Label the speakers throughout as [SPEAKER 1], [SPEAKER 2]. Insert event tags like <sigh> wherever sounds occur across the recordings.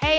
[SPEAKER 1] Hey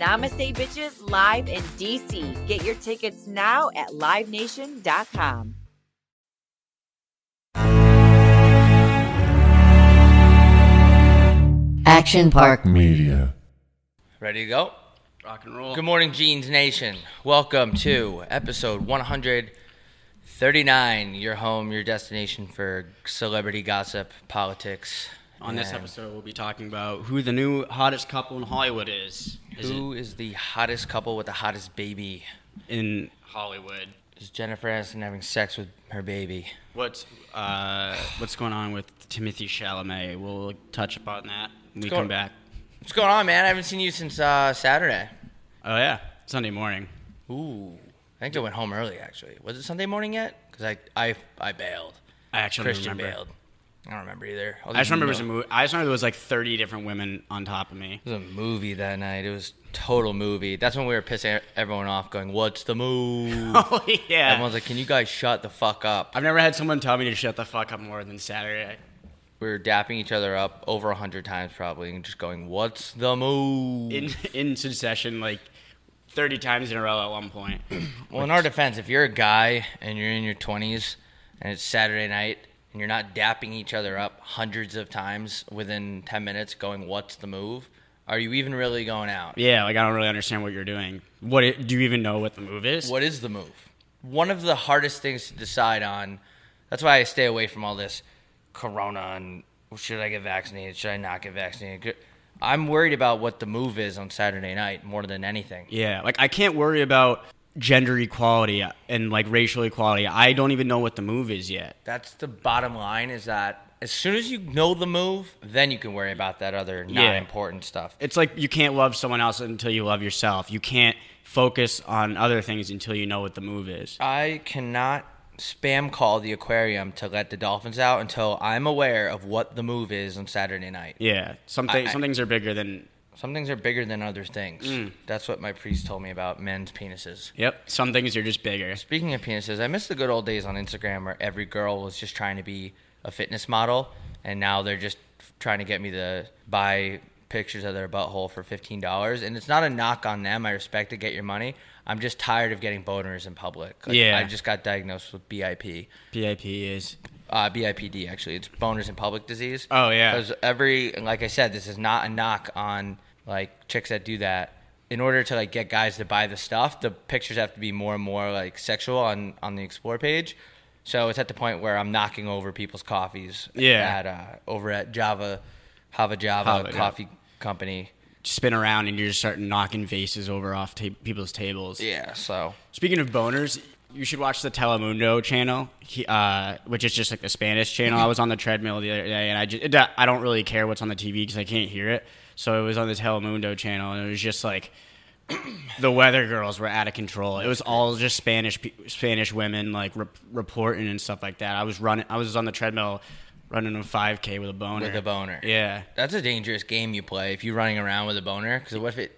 [SPEAKER 2] Namaste Bitches Live in DC. Get your tickets now at livenation.com.
[SPEAKER 3] Action Park.
[SPEAKER 4] Media.
[SPEAKER 5] Ready to go?
[SPEAKER 6] Rock and roll.
[SPEAKER 5] Good morning, Jeans Nation. Welcome to episode 139. Your home, your destination for celebrity gossip, politics.
[SPEAKER 6] On this
[SPEAKER 5] and
[SPEAKER 6] episode, we'll be talking about who the new hottest couple in Hollywood is. Is
[SPEAKER 5] who is the hottest couple with the hottest baby?
[SPEAKER 6] it in Hollywood?
[SPEAKER 5] Is Jennifer Aniston having sex with her baby?
[SPEAKER 6] What's uh, what's going on with Timothy Chalamet? We'll touch upon that when we
[SPEAKER 5] go.
[SPEAKER 6] come back.
[SPEAKER 5] What's going on, man? I haven't seen you since uh, Saturday.
[SPEAKER 6] Oh yeah, Sunday morning.
[SPEAKER 5] Ooh, I think I went home early. Actually, was it Sunday morning yet? Because I, I, I bailed.
[SPEAKER 6] I actually don't
[SPEAKER 5] Christian
[SPEAKER 6] remember.
[SPEAKER 5] bailed. I don't remember either.
[SPEAKER 6] I just remember it was a movie. I just remember there was like 30 different women on top of me. <laughs>
[SPEAKER 5] It was a movie that night. It was total movie. That's when we were pissing e-, everyone off, going, "What's the move?"
[SPEAKER 6] <laughs> Oh yeah.
[SPEAKER 5] Everyone's like, "Can you guys shut the fuck up?"
[SPEAKER 6] I've never had someone tell me to shut the fuck up more than Saturday.
[SPEAKER 5] We were dapping each other up over a hundred times, probably, and just going, "What's the move?"
[SPEAKER 6] In <laughs> in succession, like 30 times in a row at one point. <clears throat>
[SPEAKER 5] well, in our defense, if you're a guy and you're in your twenties and it's Saturday night and you're not dapping each other up hundreds of times within ten minutes, going, "What's the move?" Are you even really going out?
[SPEAKER 6] Yeah, like I don't really understand what you're doing. What it, do you even know what the move is?
[SPEAKER 5] What is the move? One of the hardest things to decide on. That's why I stay away from all this corona and should I get vaccinated? Should I not get vaccinated? I'm worried about what the move is on Saturday night more than anything.
[SPEAKER 6] Yeah, like I can't worry about gender equality and like racial equality. I don't even know what the move is yet.
[SPEAKER 5] That's the bottom line is that as soon as you know the move, then you can worry about that other not
[SPEAKER 6] Yeah.
[SPEAKER 5] important stuff.
[SPEAKER 6] It's like you can't love someone else until you love yourself. You can't focus on other things until you know what the move is.
[SPEAKER 5] I cannot spam call the aquarium to let the dolphins out until I'm aware of what the move is on Saturday night.
[SPEAKER 6] Yeah, some,
[SPEAKER 5] I-
[SPEAKER 6] th- some things are bigger than
[SPEAKER 5] Some things are bigger than other things. That's what my priest told me about men's penises.
[SPEAKER 6] yep. Some things are just bigger.
[SPEAKER 5] Speaking of penises, I miss the good old days on Instagram where every girl was just trying to be a fitness model, and now they're just trying to get me to buy pictures of their butthole for fifteen dollars. And it's not a knock on them. I respect it. Get your money. I'm just tired of getting boners in public. Like,
[SPEAKER 6] Yeah.
[SPEAKER 5] I just got diagnosed with BIP
[SPEAKER 6] PIP is
[SPEAKER 5] uh, BIPD actually. It's boners and public disease.
[SPEAKER 6] Oh, yeah.
[SPEAKER 5] Because every and like I said, this is not a knock on like chicks that do that. In order to like get guys to buy the stuff, the pictures have to be more and more like sexual on on the explore page. So it's at the point where I'm knocking over people's coffees.
[SPEAKER 6] Yeah.
[SPEAKER 5] At uh, over at Java, Hava Java
[SPEAKER 6] Hava, yeah.
[SPEAKER 5] Coffee Company.
[SPEAKER 6] spin around and you're just starting knocking vases over off ta- people's tables.
[SPEAKER 5] Yeah. So
[SPEAKER 6] Speaking of boners, you should watch the Telemundo channel, he, uh, which is just like the Spanish channel. I was on the treadmill the other day, and I just I don't really care what's on the TV because I can't hear it. So it was on the Telemundo channel, and it was just like <clears throat> the weather girls were out of control. It was all just Spanish pe- Spanish women like rep- reporting and stuff like that. I was running, I was on the treadmill running a 5K with a boner.
[SPEAKER 5] with a boner.
[SPEAKER 6] Yeah.
[SPEAKER 5] That's a dangerous game you play if you're running around with a boner. Because what if it?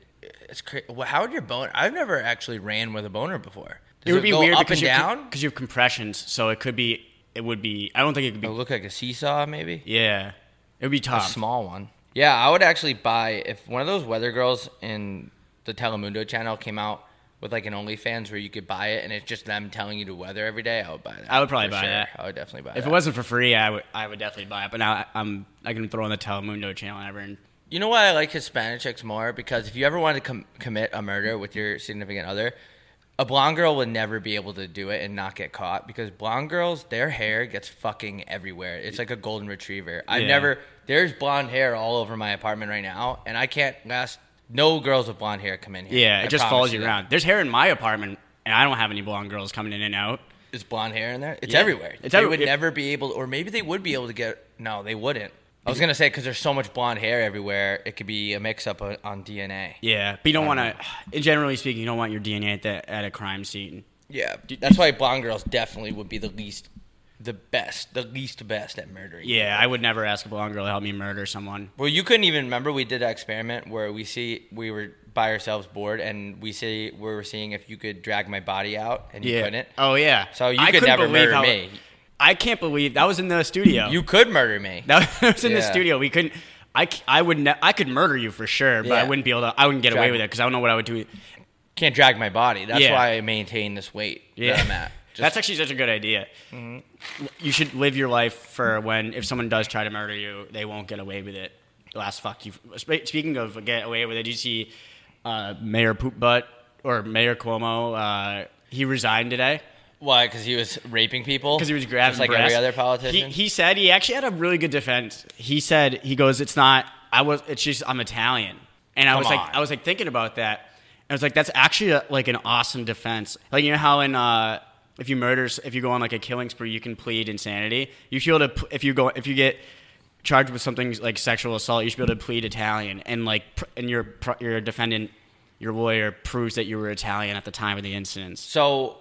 [SPEAKER 5] It's cra- well, how would your boner? I've never actually ran with a boner before. Does
[SPEAKER 6] it would be
[SPEAKER 5] go
[SPEAKER 6] weird
[SPEAKER 5] up
[SPEAKER 6] because
[SPEAKER 5] and
[SPEAKER 6] you have-
[SPEAKER 5] down.
[SPEAKER 6] 'cause you have compressions, so it could be. It would be. I don't think it could
[SPEAKER 5] It
[SPEAKER 6] be.
[SPEAKER 5] would look like a seesaw, maybe
[SPEAKER 6] Yeah, it would be
[SPEAKER 5] a
[SPEAKER 6] tough.
[SPEAKER 5] small one. Yeah, I would actually buy if one of those weather girls in the Telemundo channel came out with like an OnlyFans where you could buy it and it's just them telling you to weather every day. I would buy that.
[SPEAKER 6] I would probably
[SPEAKER 5] for
[SPEAKER 6] buy that.
[SPEAKER 5] I would definitely buy
[SPEAKER 6] If
[SPEAKER 5] that.
[SPEAKER 6] it wasn't for free, I would I would definitely buy it. But now I, I'm I can throw on the Telemundo channel and everyone.
[SPEAKER 5] You know why I like Hispanic chicks more? Because if you ever wanted to com- commit a murder with your significant other, a blonde girl would never be able to do it and not get caught because blonde girls, their hair gets fucking everywhere. It's like a golden retriever. I've
[SPEAKER 6] Yeah.
[SPEAKER 5] never, there's blonde hair all over my apartment right now, and I can't last, no girls with blonde hair come in here.
[SPEAKER 6] Yeah, it
[SPEAKER 5] I
[SPEAKER 6] just
[SPEAKER 5] promise
[SPEAKER 6] follows you
[SPEAKER 5] that.
[SPEAKER 6] around. There's hair in my apartment, and I don't have any blonde girls coming in and out.
[SPEAKER 5] It's blonde hair in there? It's
[SPEAKER 6] Yeah.
[SPEAKER 5] everywhere.
[SPEAKER 6] It's
[SPEAKER 5] they
[SPEAKER 6] every-
[SPEAKER 5] would
[SPEAKER 6] if-
[SPEAKER 5] never be able, or maybe they would be able to get, no, they wouldn't. I was gonna say because there's so much blonde hair everywhere, it could be a mix-up on- on DNA.
[SPEAKER 6] Yeah, but you don't want to. <sighs> Generally speaking, you don't want your DNA at the, at a crime scene.
[SPEAKER 5] Yeah, that's why blonde girls definitely would be the least, the best, the least best at murdering.
[SPEAKER 6] Yeah, I would never ask a blonde girl to help me murder someone.
[SPEAKER 5] Well, you couldn't even remember we did that experiment where we see we were by ourselves bored and we see we were seeing if you could drag my body out and you
[SPEAKER 6] yeah.
[SPEAKER 5] couldn't.
[SPEAKER 6] Oh yeah.
[SPEAKER 5] So you
[SPEAKER 6] I
[SPEAKER 5] could
[SPEAKER 6] couldn't
[SPEAKER 5] never
[SPEAKER 6] believe
[SPEAKER 5] murder
[SPEAKER 6] how-
[SPEAKER 5] me.
[SPEAKER 6] I can't believe that was in the studio.
[SPEAKER 5] You could murder me.
[SPEAKER 6] <laughs> that was in the
[SPEAKER 5] Yeah.
[SPEAKER 6] studio. We couldn't. I, c- I would ne- I could murder you for sure, but I
[SPEAKER 5] Yeah.
[SPEAKER 6] wouldn't be able to. I wouldn't get away
[SPEAKER 5] Drag-
[SPEAKER 6] with it because I don't know what I would do.
[SPEAKER 5] Can't drag my body. That's
[SPEAKER 6] Yeah.
[SPEAKER 5] why I maintain this weight that I'm
[SPEAKER 6] <laughs>
[SPEAKER 5] at. Just-
[SPEAKER 6] That's actually such a good idea. You should live your life for when if someone does try to murder you, they won't get away with it. Last fuck you. Spe- Speaking of get away with it, did you see uh, Mayor Poop Butt or Mayor Cuomo? Uh, he resigned today
[SPEAKER 5] why? Because he was raping people.
[SPEAKER 6] because he was grabbing
[SPEAKER 5] just like
[SPEAKER 6] breasts.
[SPEAKER 5] every other politician.
[SPEAKER 6] He, he said he actually had a really good defense. He said he goes, "It's not. I was. It's just I'm Italian." And I
[SPEAKER 5] Come
[SPEAKER 6] was
[SPEAKER 5] on.
[SPEAKER 6] like, I was like thinking about that. I was like, that's actually a, like an awesome defense. Like you know how in uh, if you murder, if you go on like a killing spree, you can plead insanity. You should be able to pl- if you go if you get charged with something like sexual assault, you should be able to plead Italian and like pr- and your pr- your defendant. Your lawyer proves that you were Italian at the time of the incident.
[SPEAKER 5] so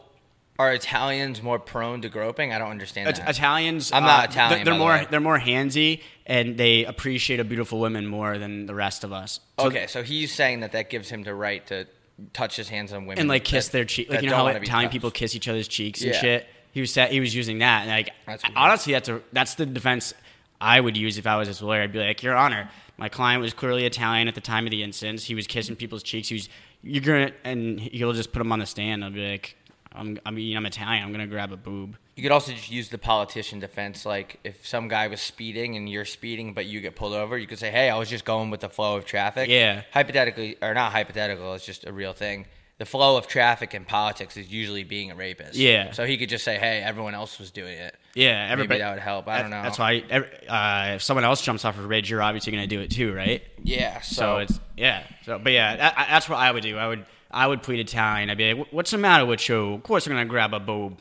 [SPEAKER 5] are Italians more prone to groping? I don't understand
[SPEAKER 6] It-
[SPEAKER 5] that.
[SPEAKER 6] Italians,
[SPEAKER 5] I'm not
[SPEAKER 6] uh,
[SPEAKER 5] Italian,
[SPEAKER 6] they're- They're
[SPEAKER 5] by the
[SPEAKER 6] more
[SPEAKER 5] way.
[SPEAKER 6] they're more handsy and they appreciate a beautiful woman more than the rest of us. So-
[SPEAKER 5] okay, so he's saying that that gives him the right to touch his hands on women
[SPEAKER 6] and like kiss
[SPEAKER 5] that-
[SPEAKER 6] their cheek, like
[SPEAKER 5] that
[SPEAKER 6] you know
[SPEAKER 5] don't
[SPEAKER 6] how
[SPEAKER 5] wanna be
[SPEAKER 6] Italian
[SPEAKER 5] touched.
[SPEAKER 6] people kiss each other's cheeks and
[SPEAKER 5] Yeah.
[SPEAKER 6] shit. He was sa- he was using that, and like
[SPEAKER 5] That's weird.
[SPEAKER 6] honestly, that's a that's the defense I would use if I was his lawyer. I'd be like, Your Honor, my client was clearly Italian at the time of the incident. He was kissing people's cheeks. He was you're gonna and he'll just put him on the stand. I'll be like, I'm I mean I'm Italian. I'm gonna grab a boob.
[SPEAKER 5] You could also just use the politician defense. Like if some guy was speeding and you're speeding, but you get pulled over, you could say, "Hey, I was just going with the flow of traffic."
[SPEAKER 6] Yeah.
[SPEAKER 5] Hypothetically, or not hypothetical, it's just a real thing. The flow of traffic in politics is usually being a rapist.
[SPEAKER 6] Yeah.
[SPEAKER 5] So he could just say, "Hey, everyone else was doing it."
[SPEAKER 6] Yeah, everybody
[SPEAKER 5] Maybe that would help. I don't know.
[SPEAKER 6] That's why every- uh, if someone else jumps off a ridge, you're obviously going to do it too, right?
[SPEAKER 5] Yeah. So,
[SPEAKER 6] So, it's yeah. So, but yeah, that, I- that's what I would do. I would I would plead Italian. I'd be like, "What's the matter with you? Of course, I'm going to grab a boob."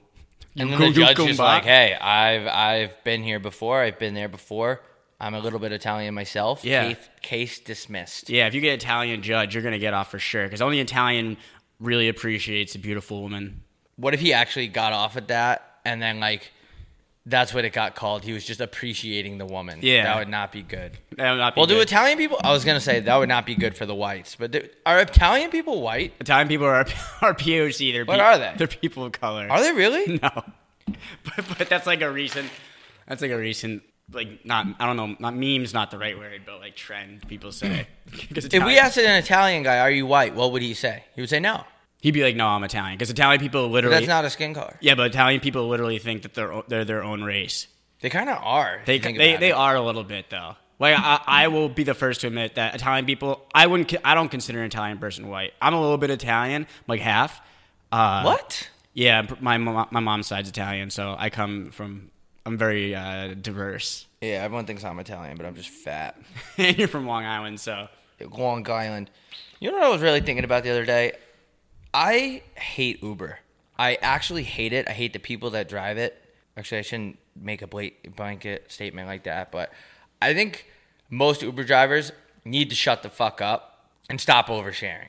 [SPEAKER 5] and then
[SPEAKER 6] go
[SPEAKER 5] the
[SPEAKER 6] do
[SPEAKER 5] judge is
[SPEAKER 6] Goomba.
[SPEAKER 5] like, "Hey, I've I've been here before. I've been there before. I'm a little bit Italian myself.
[SPEAKER 6] Yeah.
[SPEAKER 5] Case, case dismissed."
[SPEAKER 6] Yeah, if you get an Italian judge, you're going to get off for sure because only Italian really appreciates a beautiful woman.
[SPEAKER 5] What if he actually got off at that and then like that's what it got called? He was just appreciating the woman.
[SPEAKER 6] Yeah.
[SPEAKER 5] That would not be good.
[SPEAKER 6] That would not be
[SPEAKER 5] Well, do
[SPEAKER 6] good.
[SPEAKER 5] Italian people I was gonna say that would not be good for the whites, but do, are Italian people white?
[SPEAKER 6] Italian people are <laughs> are POC. They're
[SPEAKER 5] What
[SPEAKER 6] pe-
[SPEAKER 5] are they?
[SPEAKER 6] They're people of color.
[SPEAKER 5] Are they
[SPEAKER 6] <laughs>
[SPEAKER 5] really?
[SPEAKER 6] No, but, but that's like a recent. That's like a recent. Like not, I don't know. Not meme's not the right word, but like trend.
[SPEAKER 5] <clears throat>
[SPEAKER 6] People say. 'Cause
[SPEAKER 5] If we
[SPEAKER 6] Italian-
[SPEAKER 5] asked an Italian guy, "Are you white?" What would he say? He would say no.
[SPEAKER 6] he'd be like, "No, I'm Italian," because Italian people literally.
[SPEAKER 5] That's not a skin color.
[SPEAKER 6] yeah, but Italian people literally think that they're o- they're their own race.
[SPEAKER 5] They kind of are. if
[SPEAKER 6] They
[SPEAKER 5] you think
[SPEAKER 6] they,
[SPEAKER 5] about
[SPEAKER 6] they
[SPEAKER 5] it.
[SPEAKER 6] are a little bit though. Like I, I will be the first to admit that Italian people. I wouldn't. con- I don't consider an Italian person white. I'm a little bit Italian, like half. Uh,
[SPEAKER 5] What?
[SPEAKER 6] Yeah, pr- my mo- my mom's side's Italian, so I come from. I'm very uh, diverse.
[SPEAKER 5] Yeah, everyone thinks I'm Italian, but I'm just fat.
[SPEAKER 6] <laughs> and you're from Long Island, so
[SPEAKER 5] Long Island. You know what I was really thinking about the other day? I hate Uber. I actually hate it. I hate the people that drive it. Actually, I shouldn't make a bla- blanket statement like that, but I think most Uber drivers need to shut the fuck up and stop oversharing.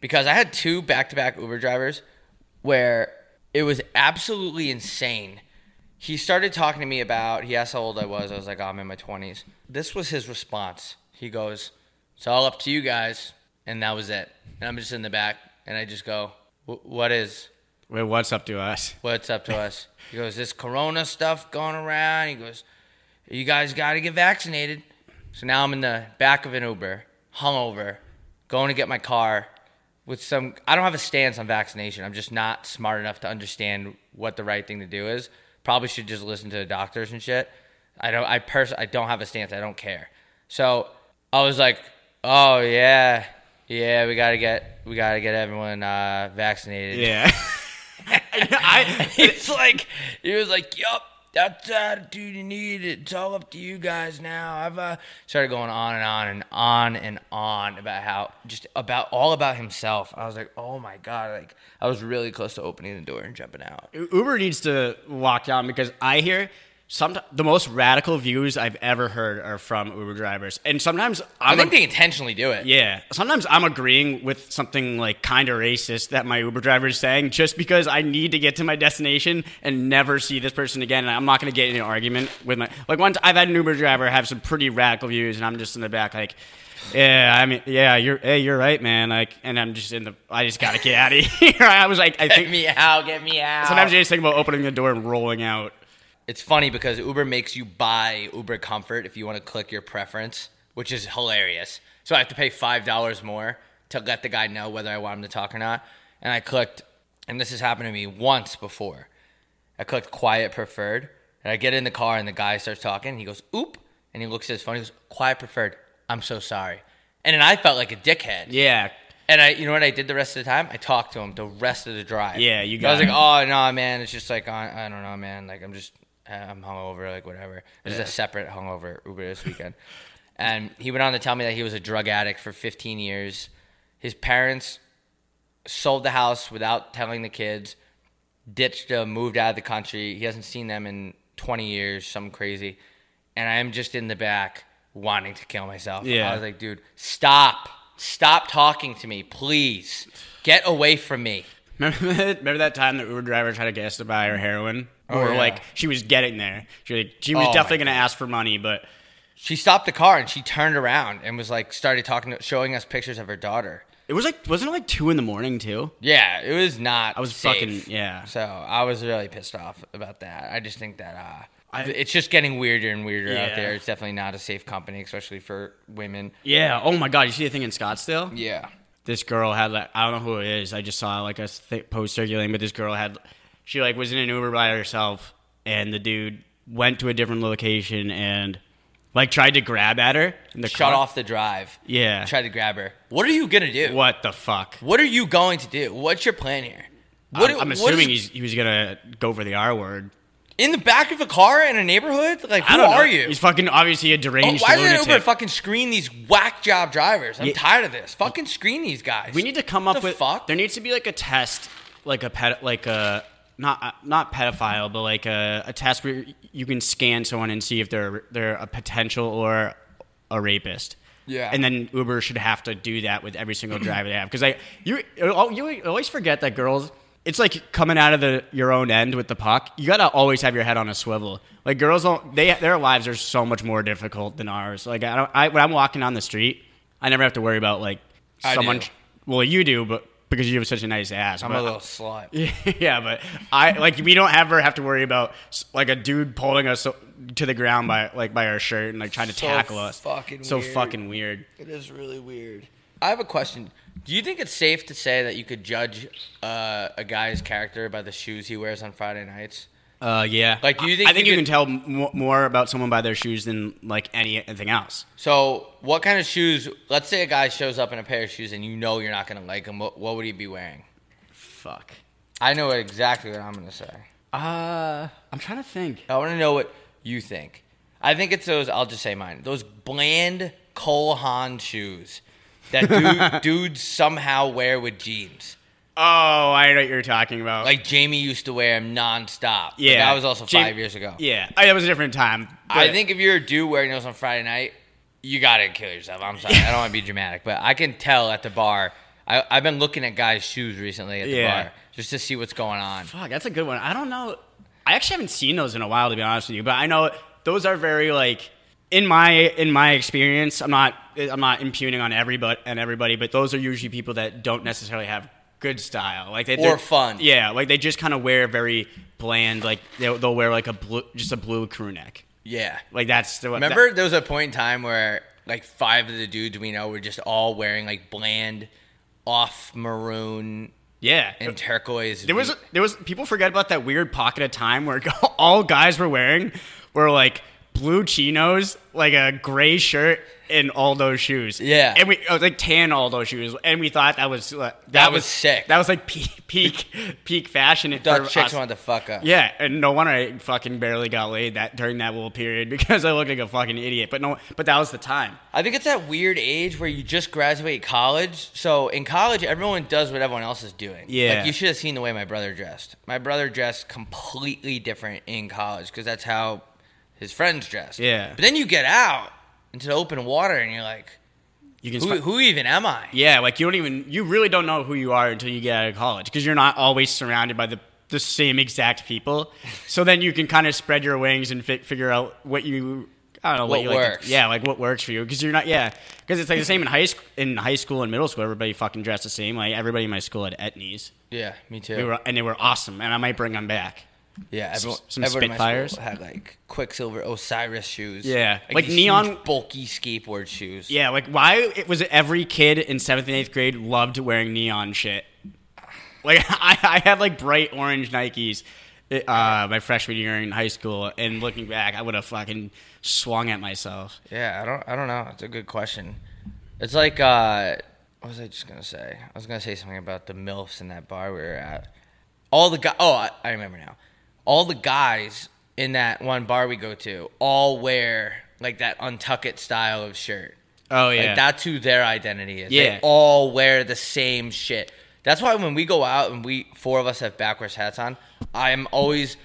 [SPEAKER 5] Because I had two back to back Uber drivers where it was absolutely insane. He started talking to me about, he asked how old I was. I was like, "Oh, I'm in my 20s. This was his response. He goes, It's all up to you guys. And that was it. And I'm just in the back and I just go, "Wh- What is?
[SPEAKER 6] wait, what's up to us?
[SPEAKER 5] What's up to us? He goes, This corona stuff going around. He goes, You guys got to get vaccinated. So now I'm in the back of an Uber, hungover, going to get my car with some. I don't have a stance on vaccination. I'm just not smart enough to understand what the right thing to do is. Probably should just listen to the doctors and shit. I don't. I pers- I don't have a stance. I don't care. So I was like, Oh yeah, yeah. We gotta get. We gotta get everyone uh, vaccinated.
[SPEAKER 6] Yeah. <laughs> I,
[SPEAKER 5] It's like he was like, "Yup, that's the attitude you need. It's all up to you guys now." I've uh, started going on and on and on and on about how just about all about himself. I was like, "Oh my god!" Like I was really close to opening the door and jumping out.
[SPEAKER 6] Uber needs to lock down because I hear Some the most radical views I've ever heard are from Uber drivers, and sometimes I'm
[SPEAKER 5] I think they intentionally do it.
[SPEAKER 6] yeah. Sometimes I'm agreeing with something like kind of racist that my Uber driver is saying just because I need to get to my destination and never see this person again. And I'm not going to get in an argument with my. Like, once I've had an Uber driver have some pretty radical views, and I'm just in the back, like, yeah, I mean, yeah, you're, hey, you're right, man. Like, and I'm just in the, I just got to get out of <laughs> here. I was like, I <laughs>
[SPEAKER 5] Get
[SPEAKER 6] think,
[SPEAKER 5] me out, get me out.
[SPEAKER 6] sometimes I just think about opening the door and rolling out.
[SPEAKER 5] it's funny because Uber makes you buy Uber Comfort if you want to click your preference, which is hilarious. So I have to pay five dollars more to let the guy know whether I want him to talk or not. And I clicked, and this has happened to me once before. I clicked quiet preferred, and I get in the car, and the guy starts talking. He goes, "Oop," and he looks at his phone. He goes, "Quiet preferred. I'm so sorry." And then I felt like a dickhead.
[SPEAKER 6] Yeah.
[SPEAKER 5] And I, you know what I did the rest of the time? I talked to him the rest of the drive.
[SPEAKER 6] Yeah, you
[SPEAKER 5] I was
[SPEAKER 6] got
[SPEAKER 5] like, oh no, man, it's just like I, I don't know, man. Like I'm just I'm hungover, like whatever. This is a separate hungover Uber this weekend. <laughs> and he went on to tell me that he was a drug addict for 15 years. His parents sold the house without telling the kids, ditched them, moved out of the country. He hasn't seen them in 20 years, some crazy. And I'm just in the back wanting to kill myself.
[SPEAKER 6] Yeah.
[SPEAKER 5] I was like, dude, stop. Stop talking to me, please. Get away from me.
[SPEAKER 6] Remember <laughs> that, remember that time the Uber driver tried to get us to buy her heroin?
[SPEAKER 5] Oh,
[SPEAKER 6] or
[SPEAKER 5] yeah.
[SPEAKER 6] like she was getting there. She, like, she was
[SPEAKER 5] Oh,
[SPEAKER 6] definitely
[SPEAKER 5] my
[SPEAKER 6] going to ask for money, but
[SPEAKER 5] She stopped the car and she turned around and was like, started talking, to, showing us pictures of her daughter.
[SPEAKER 6] it was like wasn't it like two in the morning too?
[SPEAKER 5] Yeah, it was not. I
[SPEAKER 6] was fucking- yeah.
[SPEAKER 5] So I was really pissed off about that. I just think that uh,
[SPEAKER 6] I-
[SPEAKER 5] it's just getting weirder and weirder out
[SPEAKER 6] Yeah.
[SPEAKER 5] there. It's definitely not a safe company, especially for women.
[SPEAKER 6] Yeah. Oh my god, you see the thing in Scottsdale?
[SPEAKER 5] Yeah.
[SPEAKER 6] This girl had like I don't know who it is. I just saw like a th- post circulating, but this girl had she like was in an Uber by herself, and the dude went to a different location and like tried to grab at her. In the
[SPEAKER 5] Shut
[SPEAKER 6] car.
[SPEAKER 5] off the drive.
[SPEAKER 6] Yeah.
[SPEAKER 5] Tried to grab her. What are you gonna do?
[SPEAKER 6] What the fuck?
[SPEAKER 5] What are you going to do? What's your plan here? What,
[SPEAKER 6] I'm, I'm
[SPEAKER 5] what
[SPEAKER 6] assuming
[SPEAKER 5] is-
[SPEAKER 6] he's, he was gonna go for the R word.
[SPEAKER 5] in the back of a car in a neighborhood. Like,
[SPEAKER 6] I
[SPEAKER 5] who
[SPEAKER 6] don't
[SPEAKER 5] are
[SPEAKER 6] know.
[SPEAKER 5] you?
[SPEAKER 6] He's fucking obviously a
[SPEAKER 5] Oh,
[SPEAKER 6] deranged
[SPEAKER 5] why
[SPEAKER 6] lunatic.
[SPEAKER 5] did Uber fucking screen these whack job drivers? I'm
[SPEAKER 6] Yeah.
[SPEAKER 5] tired of this. Fucking screen these guys.
[SPEAKER 6] We need to come up
[SPEAKER 5] The
[SPEAKER 6] with.
[SPEAKER 5] fuck.
[SPEAKER 6] There needs to be like a test, like a ped, like a not uh, not pedophile, but like a, a test where you can scan someone and see if they're they're a potential or a rapist.
[SPEAKER 5] Yeah.
[SPEAKER 6] And then Uber should have to do that with every single driver they have because like you oh, you always forget that girls. It's like coming out of the your own end with the puck. You gotta always have your head on a swivel. Like girls, don't, they their lives are so much more difficult than ours. Like I don't. I, when I'm walking on the street, I never have to worry about like
[SPEAKER 5] I
[SPEAKER 6] someone.
[SPEAKER 5] do.
[SPEAKER 6] Well, you do, but because you have such a nice ass.
[SPEAKER 5] I'm
[SPEAKER 6] but-
[SPEAKER 5] a
[SPEAKER 6] <laughs>
[SPEAKER 5] little slut.
[SPEAKER 6] yeah, but I like we don't ever have to worry about s- like a dude pulling us to the ground by like by our shirt and like trying to
[SPEAKER 5] So
[SPEAKER 6] tackle us.
[SPEAKER 5] fucking
[SPEAKER 6] so
[SPEAKER 5] weird.
[SPEAKER 6] fucking weird.
[SPEAKER 5] It is really weird. I have a question. Do you think it's safe to say that you could judge uh, a guy's character by the shoes he wears on Friday nights?
[SPEAKER 6] Uh, yeah.
[SPEAKER 5] Like, do you think
[SPEAKER 6] I think
[SPEAKER 5] you
[SPEAKER 6] you,
[SPEAKER 5] could-
[SPEAKER 6] can tell m- more about someone by their shoes than like anything else?
[SPEAKER 5] So, what kind of shoes? Let's say a guy shows up in a pair of shoes and you know you're not going to like him. What, what would he be wearing?
[SPEAKER 6] Fuck.
[SPEAKER 5] I know exactly what I'm going to say.
[SPEAKER 6] Uh, I'm trying to think.
[SPEAKER 5] I want to know what you think. I think it's those. I'll just say mine. Those bland Cole Haan shoes that <laughs> dude, dudes somehow wear with jeans.
[SPEAKER 6] Oh, I know what you're talking about.
[SPEAKER 5] Like Jamie used to wear them nonstop. But
[SPEAKER 6] yeah,
[SPEAKER 5] that was also
[SPEAKER 6] Jam-
[SPEAKER 5] five years ago.
[SPEAKER 6] Yeah, I, that was a different time.
[SPEAKER 5] I
[SPEAKER 6] but-
[SPEAKER 5] think if you're a dude wearing those on Friday night, you gotta kill yourself. I'm sorry, I don't want to be dramatic, but I can tell at the bar. I, I've been looking at guys' shoes recently at the
[SPEAKER 6] Yeah.
[SPEAKER 5] bar just to see what's going on.
[SPEAKER 6] Fuck, that's a good one. I don't know. I actually haven't seen those in a while, to be honest with you. But I know those are very like in my in my experience. I'm not I'm not impugning on everybody and everybody, but those are usually people that don't necessarily have good style, like they
[SPEAKER 5] Or
[SPEAKER 6] they're-
[SPEAKER 5] fun.
[SPEAKER 6] Yeah, like they just kind of wear very bland. Like they'll, they'll wear like a blue, just a blue crew neck.
[SPEAKER 5] Yeah.
[SPEAKER 6] Like that's the
[SPEAKER 5] Remember, there was a point in time where like five of the dudes we know were just all wearing like bland, off maroon
[SPEAKER 6] yeah.
[SPEAKER 5] and turquoise.
[SPEAKER 6] There was there was people forget about that weird pocket of time where <laughs> all guys were wearing were like blue chinos, like a gray shirt, and all those shoes.
[SPEAKER 5] Yeah.
[SPEAKER 6] and we oh, like tan all those shoes, and we thought that was uh, that,
[SPEAKER 5] was sick.
[SPEAKER 6] That was like <laughs> peak peak, peak fashion. It
[SPEAKER 5] Dutch chicks wanted to fuck up.
[SPEAKER 6] yeah, and no wonder I fucking barely got laid that during that little period <laughs> because I looked like a fucking idiot. But no, but that was the time.
[SPEAKER 5] I think it's that weird age where you just graduate college. So in college, everyone does what everyone else is doing.
[SPEAKER 6] Yeah.
[SPEAKER 5] Like you should have seen the way my brother dressed. My brother dressed completely different in college because that's how his friend's dress.
[SPEAKER 6] Yeah.
[SPEAKER 5] But then you get out into the open water and you're like,
[SPEAKER 6] You can.
[SPEAKER 5] who,
[SPEAKER 6] sp-
[SPEAKER 5] who even am I?
[SPEAKER 6] yeah, like you don't even. You really don't know who you are until you get out of college because you're not always surrounded by the the same exact people. so then you can kind of spread your wings and fi- figure out what you. I don't know what,
[SPEAKER 5] What
[SPEAKER 6] you like to-
[SPEAKER 5] works.
[SPEAKER 6] yeah, like what works for you because you're not. Yeah, because it's like the same in high school. In high school and middle school, everybody fucking dressed the same. Like everybody in my school had etnies.
[SPEAKER 5] Yeah, me too.
[SPEAKER 6] They were and they were awesome, and I might bring them back.
[SPEAKER 5] yeah, everyone,
[SPEAKER 6] some
[SPEAKER 5] everyone in my
[SPEAKER 6] Spitfires.
[SPEAKER 5] school had like Quicksilver Osiris shoes.
[SPEAKER 6] Yeah, like
[SPEAKER 5] these
[SPEAKER 6] neon-
[SPEAKER 5] huge, bulky skateboard shoes.
[SPEAKER 6] Yeah, like why it was every kid in seventh and eighth grade loved wearing neon shit. Like <laughs> I, I had like bright orange Nikes uh, my freshman year in high school, and looking back, I would have fucking swung at myself.
[SPEAKER 5] Yeah, I don't I don't know. It's a good question. It's like uh what was I just gonna say? I was gonna say something about the MILFs in that bar we were at. All the guys oh I, I remember now. All the guys in that one bar we go to all wear like that untuck it style of shirt.
[SPEAKER 6] Oh
[SPEAKER 5] Like
[SPEAKER 6] yeah,
[SPEAKER 5] that's who their identity is.
[SPEAKER 6] Yeah.
[SPEAKER 5] They all wear the same shit. That's why when we go out and we four of us have backwards hats on, I'm always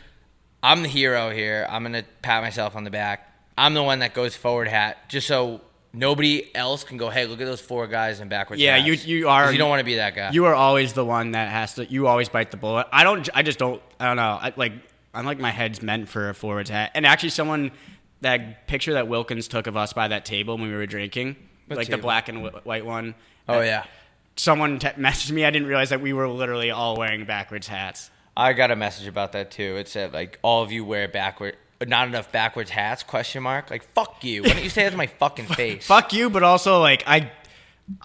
[SPEAKER 5] I'm the hero here. I'm gonna pat myself on the back. I'm the one that goes forward hat, just so nobody else can go, Hey, look at those four guys in backwards
[SPEAKER 6] Yeah,
[SPEAKER 5] hats."
[SPEAKER 6] you- you are-
[SPEAKER 5] 'Cause you don't wanna be that guy.
[SPEAKER 6] you are always the one that has to. You always bite the bullet. I don't. I just don't. I don't know. I, like I'm like my head's meant for a forward's hat. And actually, someone that picture that Wilkins took of us by that table when we were drinking,
[SPEAKER 5] What
[SPEAKER 6] like the
[SPEAKER 5] table?
[SPEAKER 6] black and wh- white one.
[SPEAKER 5] oh yeah.
[SPEAKER 6] someone te- messaged me. I didn't realize that we were literally all wearing backwards hats.
[SPEAKER 5] I got a message about that too. It said like all of you wear backward not enough backwards hats question mark. Like fuck you. Why don't you say that to my fucking face?
[SPEAKER 6] <laughs> Fuck you, but also like I,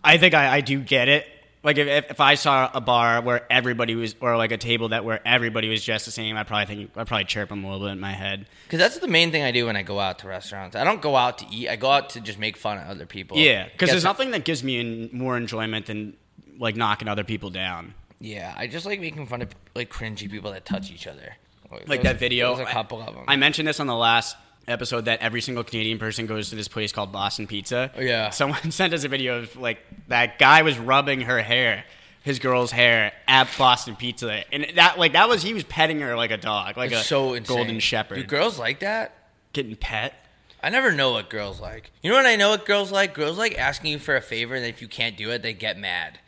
[SPEAKER 6] I think I, I do get it. Like if, if if I saw a bar where everybody was, or like a table that where everybody was dressed the same, I probably think I probably chirp them a little bit in my head.
[SPEAKER 5] Because that's the main thing I do when I go out to restaurants. I don't go out to eat. I go out to just make fun of other people.
[SPEAKER 6] Yeah, because
[SPEAKER 5] Guess-
[SPEAKER 6] there's nothing that gives me en- more enjoyment than like knocking other people down.
[SPEAKER 5] Yeah, I just like making fun of like cringy people that touch each other. Like,
[SPEAKER 6] Like
[SPEAKER 5] those-
[SPEAKER 6] that video.
[SPEAKER 5] There's a couple of them.
[SPEAKER 6] I mentioned this on the last episode that every single Canadian person goes to this place called Boston Pizza.
[SPEAKER 5] Oh, Yeah.
[SPEAKER 6] Someone <laughs> sent us a video of like that guy was rubbing her hair, his girl's hair at Boston Pizza, and that like that was he was petting her like a dog, like
[SPEAKER 5] It's
[SPEAKER 6] a
[SPEAKER 5] so insane.
[SPEAKER 6] golden shepherd,
[SPEAKER 5] Do girls like that?
[SPEAKER 6] getting pet.
[SPEAKER 5] I never know what girls like. You know what I know what girls like? Girls like asking you for a favor, and if you can't do it, they get mad.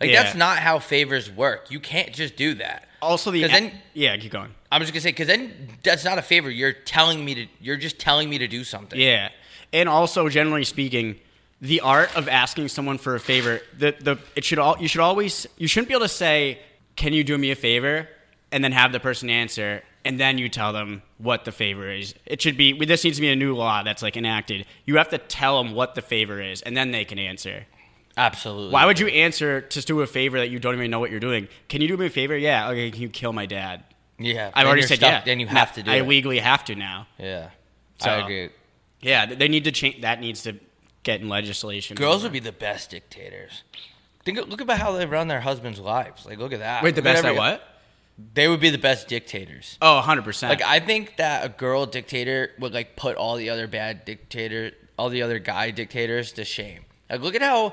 [SPEAKER 5] Like
[SPEAKER 6] Yeah.
[SPEAKER 5] that's not how favors work. You can't just do that.
[SPEAKER 6] Also the e-,
[SPEAKER 5] 'Cause then-
[SPEAKER 6] yeah, keep going.
[SPEAKER 5] I'm just gonna say because then that's not a favor. You're telling me to. You're just telling me to do something.
[SPEAKER 6] Yeah. And also generally speaking, the art of asking someone for a favor, the the it should all you should always you shouldn't be able to say, "Can you do me a favor?" and then have the person answer and then you tell them what the favor is. It should be this needs to be a new law that's like enacted. You have to tell them what the favor is and then they can answer.
[SPEAKER 5] absolutely.
[SPEAKER 6] Why would you answer to do a favor that you don't even know what you're doing? Can you do me a favor? Yeah. Okay, can you kill my dad?
[SPEAKER 5] Yeah,
[SPEAKER 6] I've
[SPEAKER 5] then
[SPEAKER 6] already
[SPEAKER 5] you're
[SPEAKER 6] said
[SPEAKER 5] stuck,
[SPEAKER 6] yeah.
[SPEAKER 5] Then you
[SPEAKER 6] No,
[SPEAKER 5] have to do
[SPEAKER 6] I
[SPEAKER 5] it.
[SPEAKER 6] legally have to now.
[SPEAKER 5] Yeah, I
[SPEAKER 6] So-
[SPEAKER 5] agree.
[SPEAKER 6] Yeah, th- they need to change. That needs to get in legislation.
[SPEAKER 5] Girls would be the best dictators. Think, look about how they run their husbands' lives. Like, look at that.
[SPEAKER 6] wait the
[SPEAKER 5] Look at
[SPEAKER 6] best at
[SPEAKER 5] every-
[SPEAKER 6] what?
[SPEAKER 5] They would be the best dictators.
[SPEAKER 6] Oh, 100 percent.
[SPEAKER 5] Like, I think that a girl dictator would like put all the other bad dictator, all the other guy dictators to shame. Like, look at how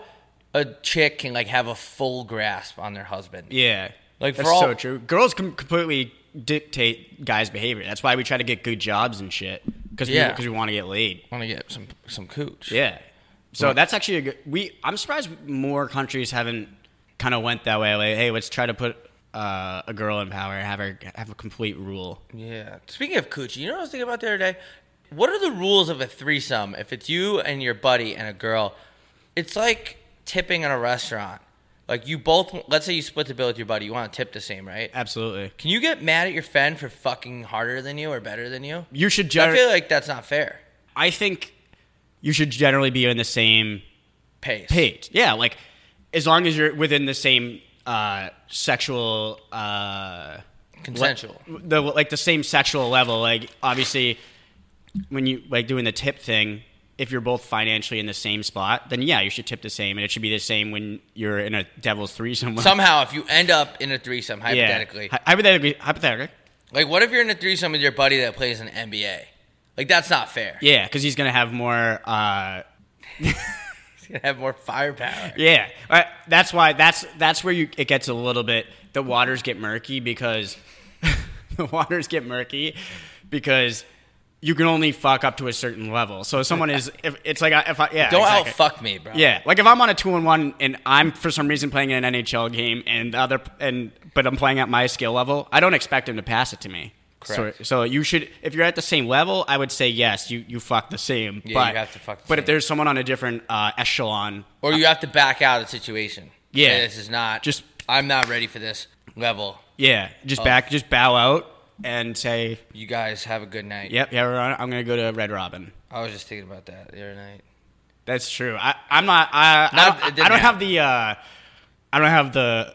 [SPEAKER 5] a chick can like have a full grasp on their husband.
[SPEAKER 6] yeah,
[SPEAKER 5] Like,
[SPEAKER 6] that's
[SPEAKER 5] for all-
[SPEAKER 6] so true. Girls can completely dictate guys' behavior. That's why we try to get good jobs and shit because we
[SPEAKER 5] Yeah.
[SPEAKER 6] because we want to get laid.
[SPEAKER 5] Want to get some some cooch?
[SPEAKER 6] Yeah. So that's actually a good. We I'm surprised more countries haven't kind of went that way. Like, hey, let's try to put uh, a girl in power, have her have a complete rule.
[SPEAKER 5] Yeah. Speaking of coochie, you know what I was thinking about the other day? What are the rules of a threesome if it's you and your buddy and a girl? It's like tipping in a restaurant. Like you both, let's say you split the bill with your buddy, you want to tip the same, right?
[SPEAKER 6] Absolutely.
[SPEAKER 5] Can you get mad at your friend for fucking harder than you or better than you?
[SPEAKER 6] You should
[SPEAKER 5] I
[SPEAKER 6] generally.
[SPEAKER 5] feel like that's not fair.
[SPEAKER 6] I think you should generally be in the same
[SPEAKER 5] Pace.
[SPEAKER 6] paid. Yeah, like as long as you're within the same uh, sexual uh,
[SPEAKER 5] Consensual.
[SPEAKER 6] le- the like the same sexual level. Like obviously, when you like doing the tip thing, if you're both financially in the same spot, then yeah, you should tip the same, and it should be the same when you're in a devil's threesome.
[SPEAKER 5] Somehow, if you end up in a threesome,
[SPEAKER 6] <laughs> yeah.
[SPEAKER 5] hypothetically,
[SPEAKER 6] Hy- hypothetically, hypothetically,
[SPEAKER 5] like what if you're in a threesome with your buddy that plays an NBA? Like that's not fair.
[SPEAKER 6] yeah, because he's gonna have more. Uh,
[SPEAKER 5] You <laughs> have more firepower.
[SPEAKER 6] Yeah, Uh, that's why that's that's where you it gets a little bit the <laughs> waters get murky because the waters get murky because you can only fuck up to a certain level. So if someone is, if, it's like I- if I yeah,
[SPEAKER 5] Don't
[SPEAKER 6] exactly.
[SPEAKER 5] out fuck me, bro.
[SPEAKER 6] Yeah, like if I'm on a two and one and I'm for some reason playing an NHL game and the other and but I'm playing at my skill level, I don't expect him to pass it to me.
[SPEAKER 5] Correct.
[SPEAKER 6] So, so you should if you're at the same level, I would say yes, you you fuck the same.
[SPEAKER 5] Yeah,
[SPEAKER 6] but
[SPEAKER 5] you have to fuck the
[SPEAKER 6] but
[SPEAKER 5] same.
[SPEAKER 6] if there's someone on a different uh, echelon,
[SPEAKER 5] Or you have to back out of the situation.
[SPEAKER 6] Yeah.
[SPEAKER 5] Say, this is not
[SPEAKER 6] Just-
[SPEAKER 5] I'm not ready for this level.
[SPEAKER 6] yeah,
[SPEAKER 5] Oh.
[SPEAKER 6] just back, just bow out and say,
[SPEAKER 5] You guys have a good night.
[SPEAKER 6] yep, yeah, we're on, it. I'm gonna go to Red Robin.
[SPEAKER 5] I was just thinking about that the other night.
[SPEAKER 6] That's true. I, I'm not. I,
[SPEAKER 5] Not-
[SPEAKER 6] I don't- I
[SPEAKER 5] it
[SPEAKER 6] don't,
[SPEAKER 5] didn't
[SPEAKER 6] have the. Uh, I don't have the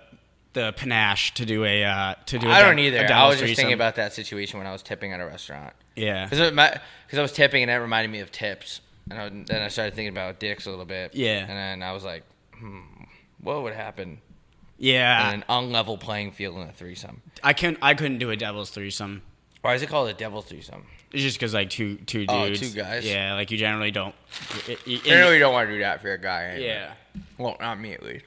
[SPEAKER 6] the panache to do a uh, to do. I
[SPEAKER 5] I don't either. I was just thinking about that situation when I was tipping at a restaurant.
[SPEAKER 6] Yeah.
[SPEAKER 5] Because I was tipping and that reminded me of tips. And I, then I started thinking about dicks a little bit.
[SPEAKER 6] Yeah.
[SPEAKER 5] And then I was like, hmm, what would happen
[SPEAKER 6] Yeah,
[SPEAKER 5] in an unlevel playing field in a threesome?
[SPEAKER 6] I can I couldn't do a devil's threesome.
[SPEAKER 5] Why is it called a devil threesome?
[SPEAKER 6] It's just because like two two dudes.
[SPEAKER 5] Oh, two guys.
[SPEAKER 6] Yeah, like you generally don't. it- it-
[SPEAKER 5] You know you don't want to do that for a guy. anyway.
[SPEAKER 6] yeah.
[SPEAKER 5] Well, not me at least.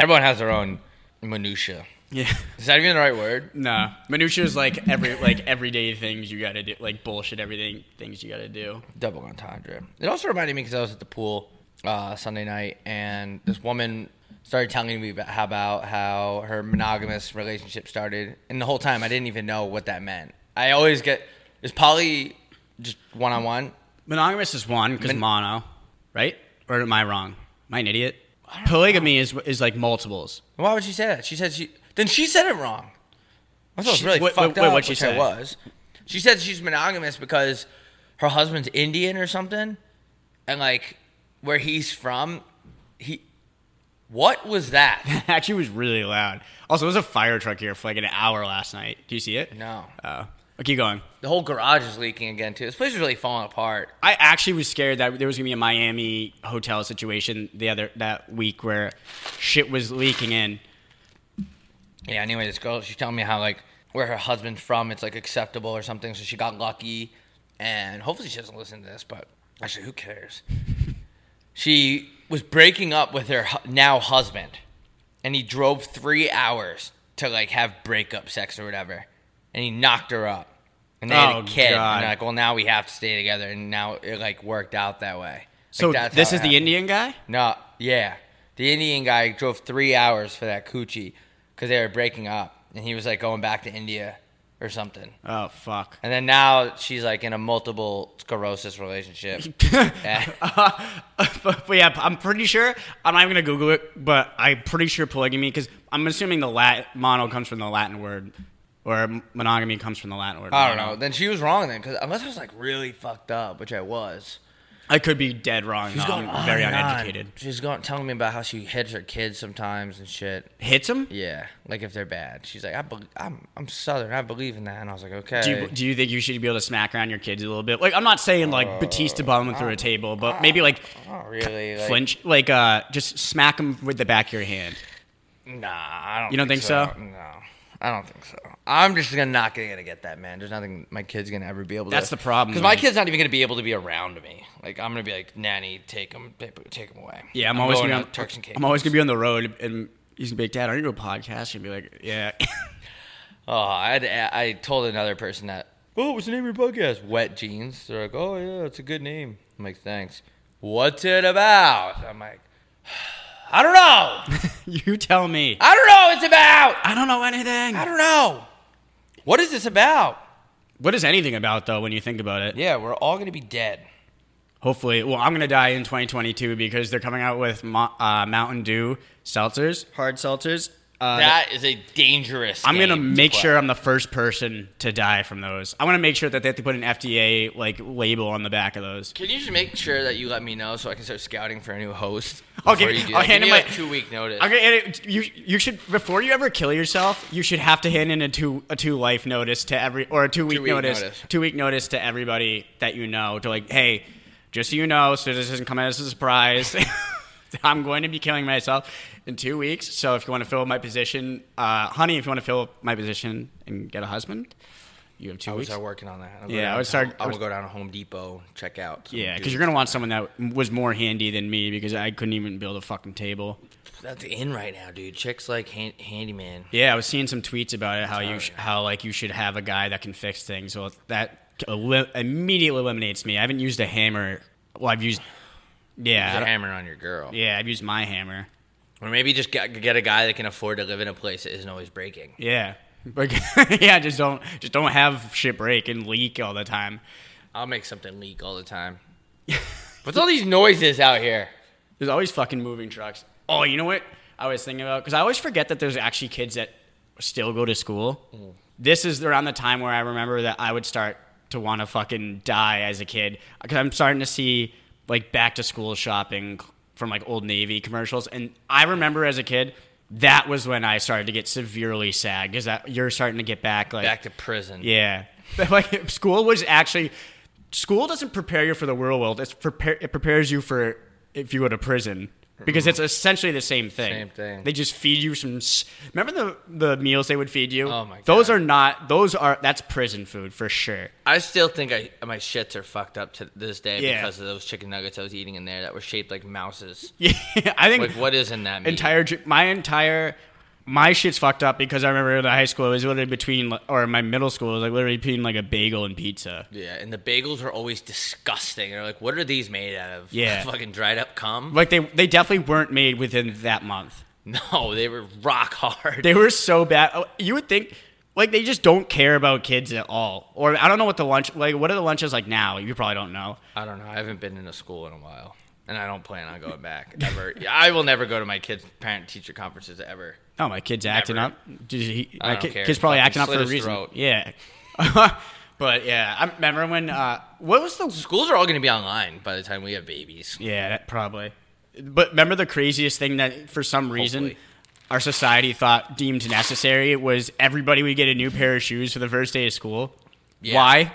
[SPEAKER 5] Everyone has their own minutia.
[SPEAKER 6] Yeah. <laughs>
[SPEAKER 5] Is that even the right word?
[SPEAKER 6] Nah. Minutia is like every like everyday things you gotta do, like bullshit everything things you gotta do.
[SPEAKER 5] double entendre. It also reminded me because I was at the pool uh, Sunday night, and this woman started telling me about, about how her monogamous relationship started, and the whole time I didn't even know what that meant. I always get is poly just one on one.
[SPEAKER 6] Monogamous is one because
[SPEAKER 5] Mon-
[SPEAKER 6] mono, right? Or am I wrong? Am I an idiot? Polygamy is is like multiples. <laughs>
[SPEAKER 5] Why would she say that? She said she then she said it wrong. That's what's
[SPEAKER 6] She-
[SPEAKER 5] really
[SPEAKER 6] wait,
[SPEAKER 5] fucked
[SPEAKER 6] wait, wait,
[SPEAKER 5] up.
[SPEAKER 6] what'd she
[SPEAKER 5] which I
[SPEAKER 6] say?
[SPEAKER 5] was. She said she's monogamous because her husband's Indian or something, and like where he's from, he. What was that?
[SPEAKER 6] <laughs> Actually, it was really loud. Also, there was a fire truck here for like an hour last night. Do you see it?
[SPEAKER 5] No.
[SPEAKER 6] Oh, Well, keep going.
[SPEAKER 5] The whole garage is leaking again too. This place is really falling apart.
[SPEAKER 6] I actually was scared that there was gonna be a Miami hotel situation the other that week where shit was leaking in.
[SPEAKER 5] Yeah. Anyway, this girl, she's telling me how like where her husband's from, it's like acceptable or something. So she got lucky, and hopefully she doesn't listen to this. But actually, who cares? <laughs> she was breaking up with her hu- now husband, and he drove three hours to like have breakup sex or whatever, and he knocked her up, and they had
[SPEAKER 6] Oh,
[SPEAKER 5] a kid.
[SPEAKER 6] God.
[SPEAKER 5] And they're like, well, now we have to stay together, and now it like worked out that way.
[SPEAKER 6] So
[SPEAKER 5] Like, that's
[SPEAKER 6] this
[SPEAKER 5] how
[SPEAKER 6] is
[SPEAKER 5] it
[SPEAKER 6] the
[SPEAKER 5] happened.
[SPEAKER 6] Indian guy.
[SPEAKER 5] No, yeah. The Indian guy drove three hours for that coochie because they were breaking up, and he was like going back to India or something.
[SPEAKER 6] Oh fuck.
[SPEAKER 5] And then now she's like in a multiple sclerosis
[SPEAKER 6] <laughs>
[SPEAKER 5] relationship. Eh, Yeah.
[SPEAKER 6] but, but yeah, I'm pretty sure. I'm not even gonna Google it, but I'm pretty sure polygamy because I'm assuming the lat mono comes from the Latin word, or monogamy comes from the Latin word.
[SPEAKER 5] I don't
[SPEAKER 6] mono.
[SPEAKER 5] know. Then she was wrong then because unless I was like really fucked up, which I was.
[SPEAKER 6] I could be dead wrong. though.
[SPEAKER 5] going
[SPEAKER 6] I'm very
[SPEAKER 5] on and on.
[SPEAKER 6] uneducated.
[SPEAKER 5] She's going telling me about how she hits her kids sometimes and shit.
[SPEAKER 6] Hits him?
[SPEAKER 5] Yeah, like if they're bad. She's like, I bel I'm I'm Southern. I believe in that. And I was like, okay.
[SPEAKER 6] Do you, do you think you should be able to smack around your kids a little bit? Like, I'm not saying like
[SPEAKER 5] Uh,
[SPEAKER 6] Batista bomb them through a table, but maybe like
[SPEAKER 5] not really. Like,
[SPEAKER 6] flinch, like uh, just smack them with the back of your hand.
[SPEAKER 5] Nah, I don't.
[SPEAKER 6] You don't think so?
[SPEAKER 5] No, I don't think so. I'm just gonna not gonna get that man. There's nothing my kid's gonna ever be able. to...
[SPEAKER 6] That's the problem,
[SPEAKER 5] Because my
[SPEAKER 6] though.
[SPEAKER 5] kid's not even gonna be able to be around me. Like I'm gonna be like, nanny, take him, take him away.
[SPEAKER 6] Yeah, I'm, always
[SPEAKER 5] going
[SPEAKER 6] gonna be on,
[SPEAKER 5] to Turks and Caicos.
[SPEAKER 6] I'm always gonna be on the road, and he's gonna be like, "Dad, are you doing a podcast?" And be like, "Yeah." <laughs>
[SPEAKER 5] Oh, I had, to- I told another person that. Oh, what's the name of your podcast? Wet Jeans. They're like, oh yeah, it's a good name. I'm like, thanks. What's it about? I'm like, I don't know.
[SPEAKER 6] you tell me.
[SPEAKER 5] I don't know. What it's about.
[SPEAKER 6] I don't know anything.
[SPEAKER 5] I don't know. What is this about?
[SPEAKER 6] What is anything about though when you think about it?
[SPEAKER 5] Yeah, we're all gonna be dead.
[SPEAKER 6] Hopefully, well, I'm gonna die in 2022 because they're coming out with Mo- uh, Mountain Dew seltzers, hard seltzers. Uh,
[SPEAKER 5] That is a dangerous.
[SPEAKER 6] I'm gonna
[SPEAKER 5] game to
[SPEAKER 6] make
[SPEAKER 5] play.
[SPEAKER 6] sure I'm the first person to die from those. I want to make sure that they have to put an FDA like label on the back of those.
[SPEAKER 5] Can you just make sure that you let me know so I can start scouting for a new host?
[SPEAKER 6] I'll give-
[SPEAKER 5] before you do
[SPEAKER 6] I'll
[SPEAKER 5] that?
[SPEAKER 6] hand
[SPEAKER 5] Give
[SPEAKER 6] him
[SPEAKER 5] me,
[SPEAKER 6] my-
[SPEAKER 5] like two week notice.
[SPEAKER 6] Okay, and it, you you should before you ever kill yourself, you should have to hand in a two a two life notice to every or a two week
[SPEAKER 5] Two-week
[SPEAKER 6] notice,
[SPEAKER 5] notice.
[SPEAKER 6] two week notice to everybody that you know to like, hey, just so you know, so this doesn't come as a surprise. <laughs> I'm going to be killing myself in two weeks. So if you want to fill my position, uh, honey, if you want to fill my position and get a husband, you have two
[SPEAKER 5] I would
[SPEAKER 6] weeks.
[SPEAKER 5] start working on that. I'll go
[SPEAKER 6] Yeah, I
[SPEAKER 5] down
[SPEAKER 6] would
[SPEAKER 5] to-
[SPEAKER 6] start-
[SPEAKER 5] I will go down to Home Depot check out. some
[SPEAKER 6] Yeah, because
[SPEAKER 5] dudes.
[SPEAKER 6] you're gonna want someone that was more handy than me because I couldn't even build a fucking table.
[SPEAKER 5] that's in right now, dude. Chicks like hand, handyman.
[SPEAKER 6] Yeah, I was seeing some tweets about it how you
[SPEAKER 5] Oh,
[SPEAKER 6] sh-
[SPEAKER 5] yeah.
[SPEAKER 6] how like you should have a guy that can fix things. Well, that elim- immediately eliminates me. I haven't used a hammer. Well, I've used yeah, I
[SPEAKER 5] Just
[SPEAKER 6] don't-
[SPEAKER 5] hammer on your girl.
[SPEAKER 6] yeah, I've used my hammer.
[SPEAKER 5] Or maybe just get, get a guy that can afford to live in a place that isn't always breaking.
[SPEAKER 6] Yeah, <laughs> Like, yeah, just don't just don't have shit break and leak all the time.
[SPEAKER 5] I'll make something leak all the
[SPEAKER 6] <laughs>
[SPEAKER 5] time. What's all these noises out here?
[SPEAKER 6] There's always fucking moving trucks. Oh, you know what I was thinking about? Because I always forget that there's actually kids that still go to school.
[SPEAKER 5] Mm.
[SPEAKER 6] This is around the time where I remember that I would start to want to fucking die as a kid because I'm starting to see like back to school shopping from like Old Navy commercials, and I remember as a kid. That was when I started to get severely sad because that you're starting to get back like
[SPEAKER 5] Back to prison.
[SPEAKER 6] <laughs> yeah. But, like school was actually school doesn't prepare you for the real world. It's prepare it prepares you for if you go to prison because it's essentially the same thing.
[SPEAKER 5] Mm-hmm. Same thing.
[SPEAKER 6] They just feed you some s- Remember the the meals they would feed you?
[SPEAKER 5] Oh my
[SPEAKER 6] Those
[SPEAKER 5] God.
[SPEAKER 6] are not those are that's prison food for sure. <laughs>
[SPEAKER 5] I still think I my shits are fucked up to this day
[SPEAKER 6] Yeah.
[SPEAKER 5] because of those chicken nuggets I was eating in there that were shaped like mouses.
[SPEAKER 6] <laughs> Yeah. I think
[SPEAKER 5] Like what is in that meat?
[SPEAKER 6] entire ju- my entire my shit's fucked up because I remember in high school it was literally between like- or my middle school it was like literally between like a bagel and pizza.
[SPEAKER 5] Yeah, and the bagels are always disgusting. They're like, what are these made out of?
[SPEAKER 6] Yeah.
[SPEAKER 5] <laughs> fucking dried up cum.
[SPEAKER 6] Like they they definitely weren't made within that month.
[SPEAKER 5] <laughs> No, they were rock hard.
[SPEAKER 6] They were so bad. Oh, You would think like they just don't care about kids at all. Or I don't know what the lunch like what are the lunches like now? You probably don't know.
[SPEAKER 5] I don't know. I haven't been in a school in a while, and I don't plan on going back ever. <laughs> Yeah, I will never go to my kids' parent teacher conferences ever.
[SPEAKER 6] Oh, my kid's acting up. Did he,
[SPEAKER 5] I
[SPEAKER 6] my
[SPEAKER 5] don't
[SPEAKER 6] kid,
[SPEAKER 5] care.
[SPEAKER 6] kid's probably
[SPEAKER 5] Fucking
[SPEAKER 6] acting up for
[SPEAKER 5] slit
[SPEAKER 6] a
[SPEAKER 5] his
[SPEAKER 6] reason.
[SPEAKER 5] throat.
[SPEAKER 6] Yeah. <laughs> but yeah, I remember when uh what was the
[SPEAKER 5] Schools are all going to be online by the time we have babies.
[SPEAKER 6] Yeah, that probably. But remember the craziest thing that for some reason
[SPEAKER 5] Hopefully.
[SPEAKER 6] our society thought deemed necessary was everybody would get a new pair of shoes for the first day of school.
[SPEAKER 5] Yeah.
[SPEAKER 6] Why?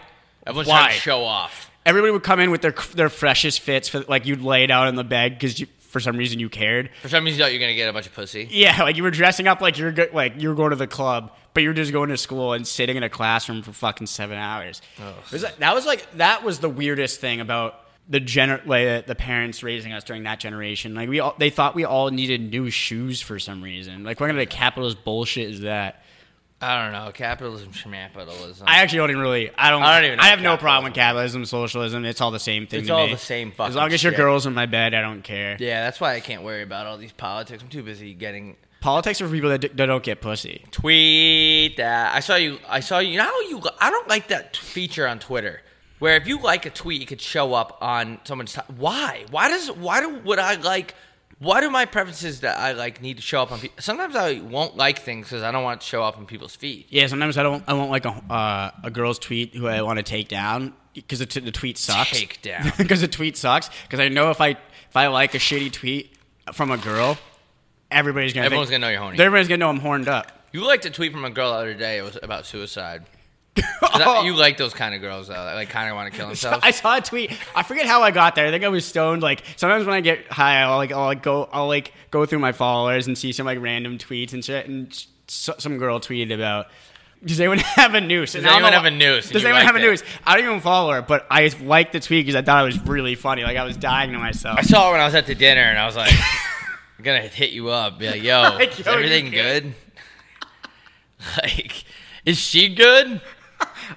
[SPEAKER 5] Everyone's
[SPEAKER 6] Why?
[SPEAKER 5] trying to show off.
[SPEAKER 6] everybody would come in with their their freshest fits for like you'd lay it out in the bed because you for some reason you cared.
[SPEAKER 5] For some reason, you thought you're going to get a bunch of pussy.
[SPEAKER 6] Yeah, like you were dressing up like you're go- like you were going to the club, but you're just going to school and sitting in a classroom for fucking seven hours. It was like- that was like that was the weirdest thing about the gener like, uh, the parents raising us during that generation. Like we all they thought we all needed new shoes for some reason. Like what kind of capitalist bullshit is that?
[SPEAKER 5] I don't know. Capitalism, schmapitalism.
[SPEAKER 6] I actually don't even really. I don't.
[SPEAKER 5] Oh. I don't even know
[SPEAKER 6] I have no
[SPEAKER 5] capitalism.
[SPEAKER 6] problem with capitalism, socialism. It's all the same thing.
[SPEAKER 5] It's
[SPEAKER 6] to
[SPEAKER 5] all
[SPEAKER 6] me.
[SPEAKER 5] the same
[SPEAKER 6] As
[SPEAKER 5] fucking
[SPEAKER 6] long as your
[SPEAKER 5] shit.
[SPEAKER 6] girl's in my bed, I don't care.
[SPEAKER 5] yeah, that's why I can't worry about all these politics. I'm too busy getting
[SPEAKER 6] Politics are for people that, d- that don't get pussy.
[SPEAKER 5] tweet that. I saw you. I saw you. You know how you? I don't like that t- feature on Twitter where if you like a tweet, it could show up on someone's. T- why? Why does? Why do? Would I like? Why do my preferences that I like need to show up on? Pe- Sometimes I won't like things because I don't want it to show up on people's feed.
[SPEAKER 6] Yeah, sometimes I don't. I won't like a uh, a girl's tweet who I want to take down because the, t- the tweet sucks. <laughs>
[SPEAKER 5] Take down. <laughs>
[SPEAKER 6] because the tweet sucks. Because I know if I if I like a shitty tweet from a girl, everybody's gonna
[SPEAKER 5] Everyone's
[SPEAKER 6] think-
[SPEAKER 5] gonna know you're horny.
[SPEAKER 6] Everybody's gonna know I'm horned up.
[SPEAKER 5] You liked a tweet from a girl the other day. It was about <laughs> suicide. <laughs> 'Cause I-
[SPEAKER 6] <laughs>
[SPEAKER 5] you like those kind of girls though. That, like kind of want to kill themselves.
[SPEAKER 6] I saw a tweet. I forget how I got there. I think I was stoned. Like sometimes when I get high, I'll like I'll like go I'll like go through my followers and see some like random tweets and shit. And s- some girl tweeted about. Does anyone <laughs> have a noose? Does
[SPEAKER 5] anyone have a noose? And
[SPEAKER 6] Does
[SPEAKER 5] you
[SPEAKER 6] anyone have a
[SPEAKER 5] liked it.
[SPEAKER 6] noose? I don't even follow her, but I liked the tweet because I thought it was really funny. Like I was dying to myself.
[SPEAKER 5] I saw it when I was at the dinner, and I was
[SPEAKER 6] <laughs>
[SPEAKER 5] like, "I'm gonna hit you up, be like, yo,
[SPEAKER 6] Like,
[SPEAKER 5] is
[SPEAKER 6] yo, you
[SPEAKER 5] everything
[SPEAKER 6] good?"
[SPEAKER 5] good? <laughs> like, is she good?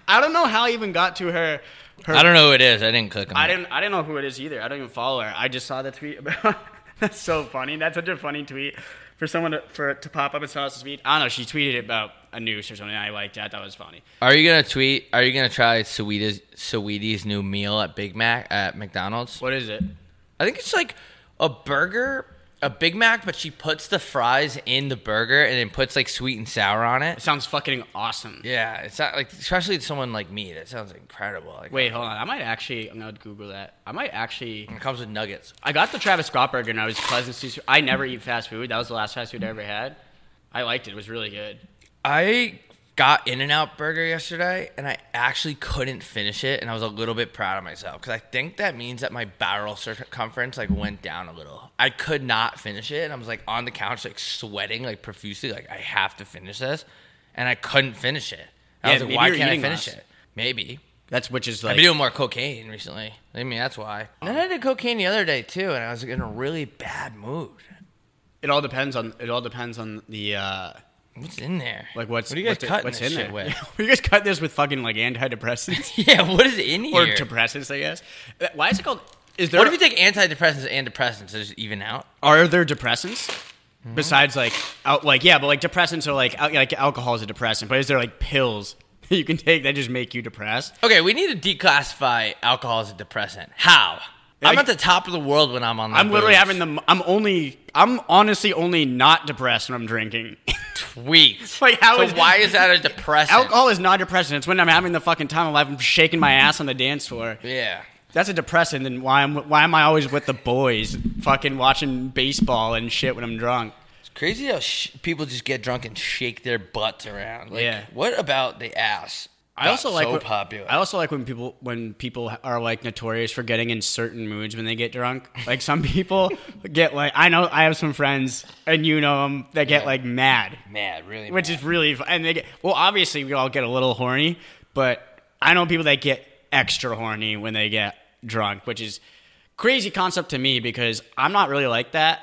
[SPEAKER 6] I don't know how I even got to her. her
[SPEAKER 5] I don't know who it is. I didn't click on.
[SPEAKER 6] I
[SPEAKER 5] it.
[SPEAKER 6] didn't. I didn't know who it is either. I don't even follow her. I just saw the tweet about. <laughs> that's so funny. That's such a funny tweet for someone to, for it to pop up and saw this tweet. I don't know. She tweeted about a noose or something. I liked that. That was funny.
[SPEAKER 5] Are you gonna tweet? Are you gonna try Sweetie's Sweetie's new meal at Big Mac at McDonald's?
[SPEAKER 6] What is it?
[SPEAKER 5] I think it's like a burger, a Big Mac, but she puts the fries in the burger and then puts like sweet and sour on
[SPEAKER 6] It
[SPEAKER 5] it.
[SPEAKER 6] sounds fucking awesome.
[SPEAKER 5] Yeah, it's not like especially to someone like me. That sounds incredible. Like,
[SPEAKER 6] Wait, hold on. I might actually. I'm gonna Google that. I might actually.
[SPEAKER 5] it comes with nuggets.
[SPEAKER 6] I got the Travis Scott burger and I was pleasant. to- I never eat fast food. That was the last fast food I ever had. I liked it. It was really good.
[SPEAKER 5] I got In and Out Burger yesterday, and I actually couldn't finish it, and I was a little bit proud of myself because I think that means that my barrel circumference like went down a little. I could not finish it, and I was like on the couch, like sweating, like profusely, like I have to finish this, and I couldn't finish it. I
[SPEAKER 6] Yeah,
[SPEAKER 5] was like,
[SPEAKER 6] maybe
[SPEAKER 5] why
[SPEAKER 6] you're
[SPEAKER 5] can't I
[SPEAKER 6] eating
[SPEAKER 5] finish
[SPEAKER 6] less.
[SPEAKER 5] it? Maybe.
[SPEAKER 6] That's which is
[SPEAKER 5] I've
[SPEAKER 6] like.
[SPEAKER 5] been doing more cocaine recently. I mean, that's why. And then I did cocaine the other day too, and I was in a really bad mood.
[SPEAKER 6] It all depends on. It all depends on the. Uh,
[SPEAKER 5] What's in there?
[SPEAKER 6] Like what's
[SPEAKER 5] what are you guys
[SPEAKER 6] what's it-
[SPEAKER 5] cutting
[SPEAKER 6] what's
[SPEAKER 5] this
[SPEAKER 6] in
[SPEAKER 5] shit
[SPEAKER 6] <laughs> there?
[SPEAKER 5] with?
[SPEAKER 6] you guys cut this with fucking
[SPEAKER 5] <laughs>
[SPEAKER 6] like antidepressants
[SPEAKER 5] <laughs> yeah, what is in here?
[SPEAKER 6] or depressants, I guess. Uh, Why is it called? Is there
[SPEAKER 5] what if you take antidepressants and depressants? Is it even out?
[SPEAKER 6] are there depressants
[SPEAKER 5] Mm-hmm.
[SPEAKER 6] besides like out, like yeah, but like depressants are like al- like alcohol is a depressant, but is there like pills <laughs> that you can take that just make you depressed?
[SPEAKER 5] Okay, we need to declassify alcohol as a depressant. How? I'm
[SPEAKER 6] Like-
[SPEAKER 5] at the top of the world when I'm on. the
[SPEAKER 6] I'm literally
[SPEAKER 5] booze.
[SPEAKER 6] having the. m- I'm only. I'm honestly only not depressed when I'm drinking.
[SPEAKER 5] Sweet.
[SPEAKER 6] <laughs> Like, how
[SPEAKER 5] so
[SPEAKER 6] is-
[SPEAKER 5] why is that a depressant?
[SPEAKER 6] Alcohol is not depressant. It's when I'm having the fucking time of life. I'm shaking my ass on the dance floor.
[SPEAKER 5] Yeah.
[SPEAKER 6] That's a depressant. Then why am why am I always with the boys, fucking watching baseball and shit when I'm drunk?
[SPEAKER 5] It's crazy how sh- people just get drunk and shake their butts around. Like,
[SPEAKER 6] Yeah.
[SPEAKER 5] What about the ass?
[SPEAKER 6] I
[SPEAKER 5] got
[SPEAKER 6] also like
[SPEAKER 5] so
[SPEAKER 6] when,
[SPEAKER 5] popular.
[SPEAKER 6] I also like when people when people are like notorious for getting in certain moods when they get drunk. Like some people get like I know I have some friends and you know them that get
[SPEAKER 5] Yeah.
[SPEAKER 6] like mad,
[SPEAKER 5] mad, really.
[SPEAKER 6] which
[SPEAKER 5] mad.
[SPEAKER 6] is really fu- and they get well obviously we all get a little horny, but I know people that get extra horny when they get drunk, which is crazy concept to me because I'm not really like that.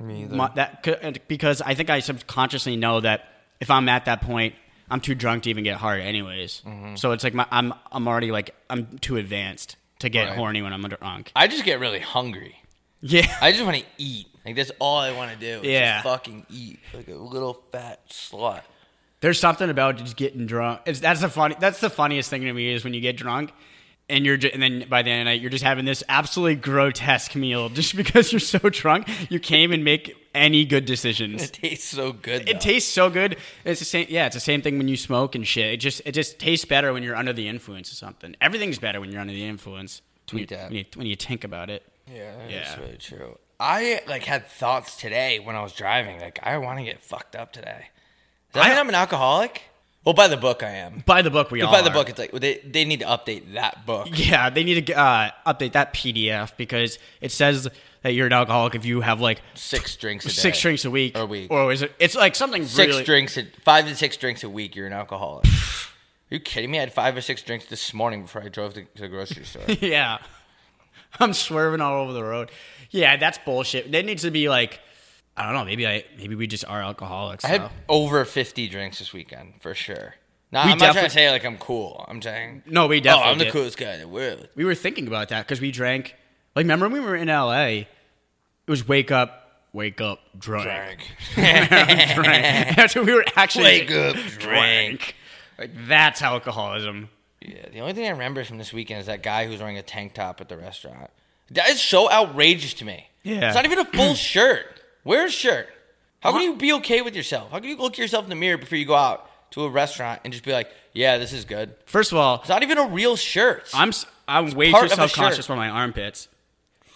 [SPEAKER 6] Me either. that c- and because I think I subconsciously know that if I'm at that point, I'm too drunk to even get hard anyways. So it's like my, I'm I'm already like I'm too advanced to get
[SPEAKER 5] Right.
[SPEAKER 6] horny when I'm drunk.
[SPEAKER 5] I just get really hungry.
[SPEAKER 6] Yeah.
[SPEAKER 5] I just want to eat. Like that's all I want to do. Is
[SPEAKER 6] Yeah.
[SPEAKER 5] Just fucking eat like a little fat slut. <laughs>
[SPEAKER 6] There's something about just getting drunk. It's, that's the funny. That's the funniest thing to me is when you get drunk, and you're ju- and then by the end of the night you're just having this absolutely grotesque meal <laughs> just because you're so drunk you can't even make any good decisions.
[SPEAKER 5] It tastes so good.
[SPEAKER 6] It
[SPEAKER 5] though.
[SPEAKER 6] tastes so good. It's the same. Yeah, it's the same thing when you smoke and shit. It just it just tastes better when you're under the influence of something. Everything's better when you're under the influence.
[SPEAKER 5] Tweet
[SPEAKER 6] when you,
[SPEAKER 5] that.
[SPEAKER 6] when you, when you think about it.
[SPEAKER 5] Yeah, that's
[SPEAKER 6] Yeah.
[SPEAKER 5] really true. I like had thoughts today when I was driving. Like I want to get fucked up today. Does that
[SPEAKER 6] I-
[SPEAKER 5] mean I'm an alcoholic? Well, by the book, I am.
[SPEAKER 6] By the book, we all
[SPEAKER 5] by the
[SPEAKER 6] are.
[SPEAKER 5] book, it's like they they need to update that book.
[SPEAKER 6] Yeah, they need to uh, update that PDF because it says that you're an alcoholic if you have like
[SPEAKER 5] Six drinks a day.
[SPEAKER 6] six drinks a week,
[SPEAKER 5] Or a week.
[SPEAKER 6] or is it? It's like something
[SPEAKER 5] six
[SPEAKER 6] really.
[SPEAKER 5] drinks, a, five to six drinks a week. You're an alcoholic. Are you kidding me? I had five or six drinks this morning before I drove to, to the grocery
[SPEAKER 6] <laughs>
[SPEAKER 5] store.
[SPEAKER 6] <laughs> yeah, I'm swerving all over the road. Yeah, that's bullshit. That needs to be like, I don't know. Maybe I maybe we just are alcoholics.
[SPEAKER 5] I had
[SPEAKER 6] though.
[SPEAKER 5] over 50 drinks this weekend for sure. No,
[SPEAKER 6] We
[SPEAKER 5] I'm not trying
[SPEAKER 6] defi-
[SPEAKER 5] to say like I'm cool. I'm saying
[SPEAKER 6] No, we
[SPEAKER 5] Oh,
[SPEAKER 6] definitely
[SPEAKER 5] I'm the
[SPEAKER 6] did.
[SPEAKER 5] coolest guy in the world.
[SPEAKER 6] we were thinking about that because we drank. Like, remember when we were in LA? It was wake up, wake up, drunk. <laughs>
[SPEAKER 5] <laughs>
[SPEAKER 6] Drink. That's what we were actually.
[SPEAKER 5] Wake up, drink.
[SPEAKER 6] Like that's alcoholism.
[SPEAKER 5] Yeah, the only thing I remember from this weekend is that guy who's wearing a tank top at the restaurant. That is so outrageous to me.
[SPEAKER 6] Yeah.
[SPEAKER 5] It's not even a
[SPEAKER 6] <clears throat>
[SPEAKER 5] full shirt. Wear a shirt. How can you be okay with yourself? How can you look yourself in the mirror before you go out to a restaurant and just be like, yeah, this is good?
[SPEAKER 6] First of all,
[SPEAKER 5] It's not even a real shirt.
[SPEAKER 6] I'm s- I'm way
[SPEAKER 5] part
[SPEAKER 6] too
[SPEAKER 5] of a
[SPEAKER 6] self conscious
[SPEAKER 5] shirt.
[SPEAKER 6] for my armpits.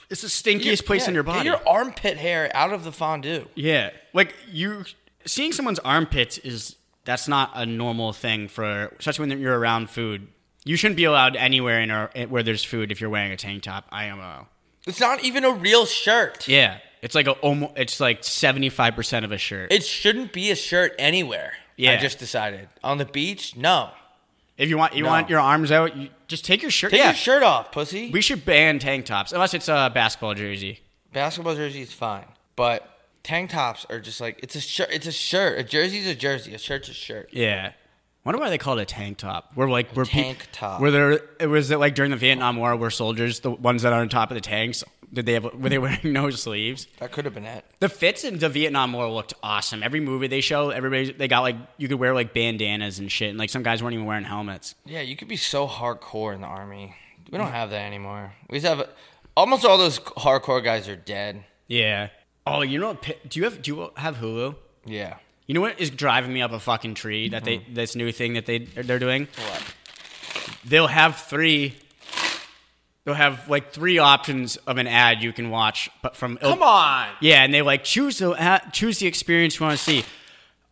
[SPEAKER 6] It's the stinkiest
[SPEAKER 5] Your-
[SPEAKER 6] place
[SPEAKER 5] yeah,
[SPEAKER 6] in your
[SPEAKER 5] get
[SPEAKER 6] body.
[SPEAKER 5] your armpit hair out of the fondue.
[SPEAKER 6] yeah, like you seeing someone's armpits is that's not a normal thing for especially when you're around food. You shouldn't be allowed anywhere in our, eh, where there's food if you're wearing a tank top. IMO.
[SPEAKER 5] It's not even a real shirt.
[SPEAKER 6] Yeah, it's like a almost, it's like seventy five percent of a shirt.
[SPEAKER 5] It shouldn't be a shirt anywhere. I
[SPEAKER 6] Yeah.
[SPEAKER 5] just decided. On the beach? No.
[SPEAKER 6] if you want you
[SPEAKER 5] No.
[SPEAKER 6] want your arms out, you just take your shirt.
[SPEAKER 5] Take
[SPEAKER 6] yeah,
[SPEAKER 5] your shirt off, pussy.
[SPEAKER 6] we should ban tank tops unless it's a basketball jersey.
[SPEAKER 5] basketball jersey is fine, but tank tops are just like it's a shirt. It's a shirt. A jersey's a jersey. A shirt's a shirt.
[SPEAKER 6] Yeah. Wonder why they call it a tank top. We're like we're
[SPEAKER 5] tank top.
[SPEAKER 6] Were there? It was it like during the Vietnam War where soldiers, the ones that are on top of the tanks, did they have? Were they wearing <laughs> no sleeves?
[SPEAKER 5] That could have been it.
[SPEAKER 6] The fits in the Vietnam War looked awesome. Every movie they show, everybody they got like you could wear like bandanas and shit, and like some guys weren't even wearing helmets.
[SPEAKER 5] Yeah, you could be so hardcore in the army. We don't have that anymore. We just have almost all those hardcore guys are dead.
[SPEAKER 6] Yeah. Oh, you know, what pi- do you have do you have Hulu?
[SPEAKER 5] Yeah.
[SPEAKER 6] You know what is driving me up a fucking tree that they this new thing that they they're doing?
[SPEAKER 5] Mm-hmm. What?
[SPEAKER 6] They'll have three. They'll have like three options of an ad you can watch, but from
[SPEAKER 5] Come on.
[SPEAKER 6] yeah, and they like choose the ad, choose the experience you want to see.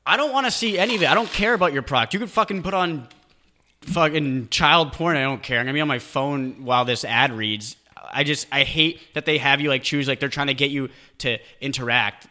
[SPEAKER 6] I don't want to see any of it. I don't care about your product. You could fucking put on fucking child porn. I don't care. I'm gonna be on my phone while this ad reads. I just I hate that they have you like choose like they're trying to get you to interact.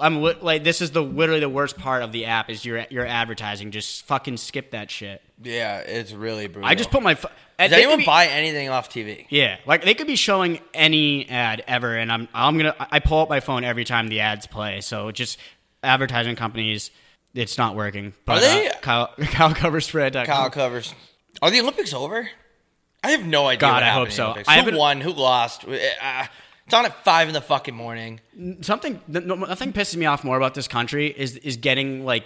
[SPEAKER 6] I'm li- like this is the literally the worst part of the app is your your advertising. Just fucking skip that shit.
[SPEAKER 5] Yeah, it's really brutal.
[SPEAKER 6] I just put my. Fu-
[SPEAKER 5] Does anyone buy anything off TV?
[SPEAKER 6] Yeah, like they could be showing any ad ever, and I'm I'm gonna I pull up my phone every time the ads play. So just advertising companies, it's not working. But,
[SPEAKER 5] they-
[SPEAKER 6] Uh, Kyle, <laughs> Kyle covers spread.
[SPEAKER 5] Kyle covers. Are the Olympics over? I have no idea.
[SPEAKER 6] God,
[SPEAKER 5] what
[SPEAKER 6] I
[SPEAKER 5] happened
[SPEAKER 6] hope
[SPEAKER 5] in
[SPEAKER 6] so.
[SPEAKER 5] the Olympics.
[SPEAKER 6] I
[SPEAKER 5] who
[SPEAKER 6] haven't-
[SPEAKER 5] won? Who lost? Uh, it's on at five in the fucking morning.
[SPEAKER 6] something th- no- nothing pisses me off more about this country is is getting like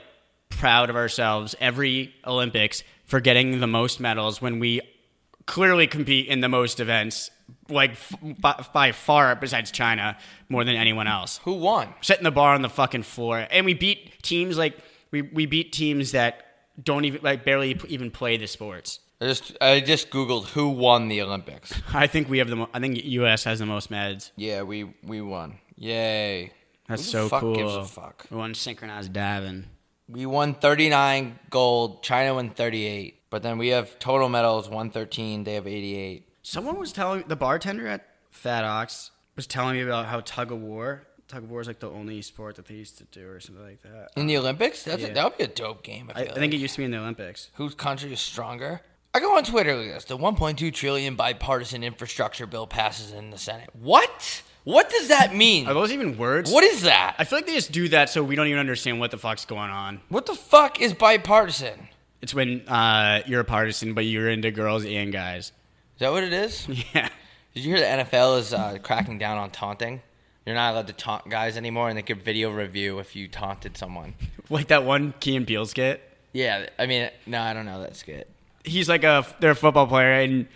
[SPEAKER 6] proud of ourselves every Olympics for getting the most medals when we clearly compete in the most events like f- by, by far besides China more than anyone else
[SPEAKER 5] Who won?
[SPEAKER 6] setting the bar on the fucking floor and we beat teams like we, we beat teams that don't even like barely p- even play the sports
[SPEAKER 5] I just I just googled who won the Olympics.
[SPEAKER 6] I think we have the mo- I think US has the most meds
[SPEAKER 5] Yeah, we we won. Yay!
[SPEAKER 6] that's
[SPEAKER 5] Who the
[SPEAKER 6] so
[SPEAKER 5] fuck
[SPEAKER 6] cool
[SPEAKER 5] Gives a fuck.
[SPEAKER 6] we won synchronized diving
[SPEAKER 5] We won 39 gold. China won 38. But then we have total medals 113. They have 88.
[SPEAKER 6] Someone was telling the bartender at Fat Ox was telling me about how tug of war. Tug of war is like the only sport that they used to do, or something like that.
[SPEAKER 5] In the Olympics, that's
[SPEAKER 6] Yeah.
[SPEAKER 5] that would be a dope game. I,
[SPEAKER 6] I, I
[SPEAKER 5] feel
[SPEAKER 6] think
[SPEAKER 5] like.
[SPEAKER 6] it used to be in the Olympics.
[SPEAKER 5] whose country is stronger? I go on Twitter. Look at this. The 1.2 trillion bipartisan infrastructure bill passes in the Senate. What? What does that mean?
[SPEAKER 6] Are those even words?
[SPEAKER 5] What is that?
[SPEAKER 6] I feel like they just do that so we don't even understand what the fuck's going on.
[SPEAKER 5] what the fuck is bipartisan? Is
[SPEAKER 6] It's when uh, you're a partisan, but you're into girls and guys.
[SPEAKER 5] that what it is?
[SPEAKER 6] <laughs> Yeah.
[SPEAKER 5] Did you hear the NFL is uh, cracking down on taunting? You're not allowed to taunt guys anymore, and they could video review if you taunted someone.
[SPEAKER 6] Like that one Key and Peele skit.
[SPEAKER 5] Yeah, I mean, no, I don't know that skit.
[SPEAKER 6] he's like a they're a football player and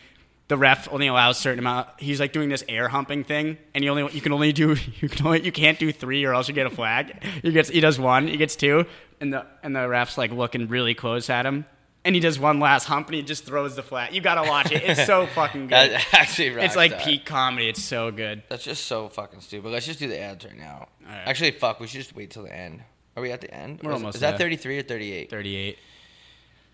[SPEAKER 6] the ref only allows certain amount. He's like doing this air humping thing, and you only you can only do <laughs> you can only you can't do three or else you get a flag. He gets he does one, he gets two, and the and the ref's like looking really close at him, and he does one last hump and he just throws the flag. You gotta watch it.
[SPEAKER 5] <laughs>
[SPEAKER 6] It's so fucking good.
[SPEAKER 5] That actually,
[SPEAKER 6] It's
[SPEAKER 5] rock
[SPEAKER 6] like
[SPEAKER 5] star.
[SPEAKER 6] peak comedy. It's so good.
[SPEAKER 5] That's just so fucking stupid. Let's just do the ads right now.
[SPEAKER 6] right.
[SPEAKER 5] Actually, fuck, we should just wait till the end. Are we at the end?
[SPEAKER 6] We're
[SPEAKER 5] Or is-
[SPEAKER 6] almost
[SPEAKER 5] Is that
[SPEAKER 6] there.
[SPEAKER 5] 33 or 38?
[SPEAKER 6] Thirty eight.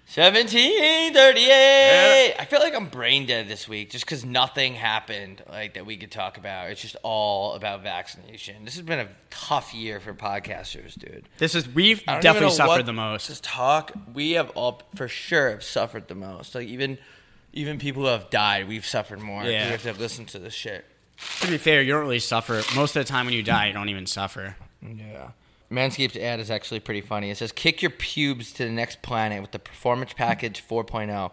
[SPEAKER 5] 17, 38. I feel like I'm brain dead this week just because nothing happened like that we could talk about. It's just all about vaccination. This has been a tough year for podcasters, dude.
[SPEAKER 6] This is we've
[SPEAKER 5] I don't even
[SPEAKER 6] definitely
[SPEAKER 5] know
[SPEAKER 6] suffered
[SPEAKER 5] what-
[SPEAKER 6] the most.
[SPEAKER 5] Just talk. We have all for sure have suffered the most. Like even even people who have died, we've suffered more. 'cause
[SPEAKER 6] Yeah.
[SPEAKER 5] We have to listen to this shit.
[SPEAKER 6] To be fair, you don't really suffer. Most of the time when you die, you don't even suffer.
[SPEAKER 5] Yeah. Manscaped's ad is actually pretty funny. It says, kick your pubes to the next planet with the Performance Package 4.0.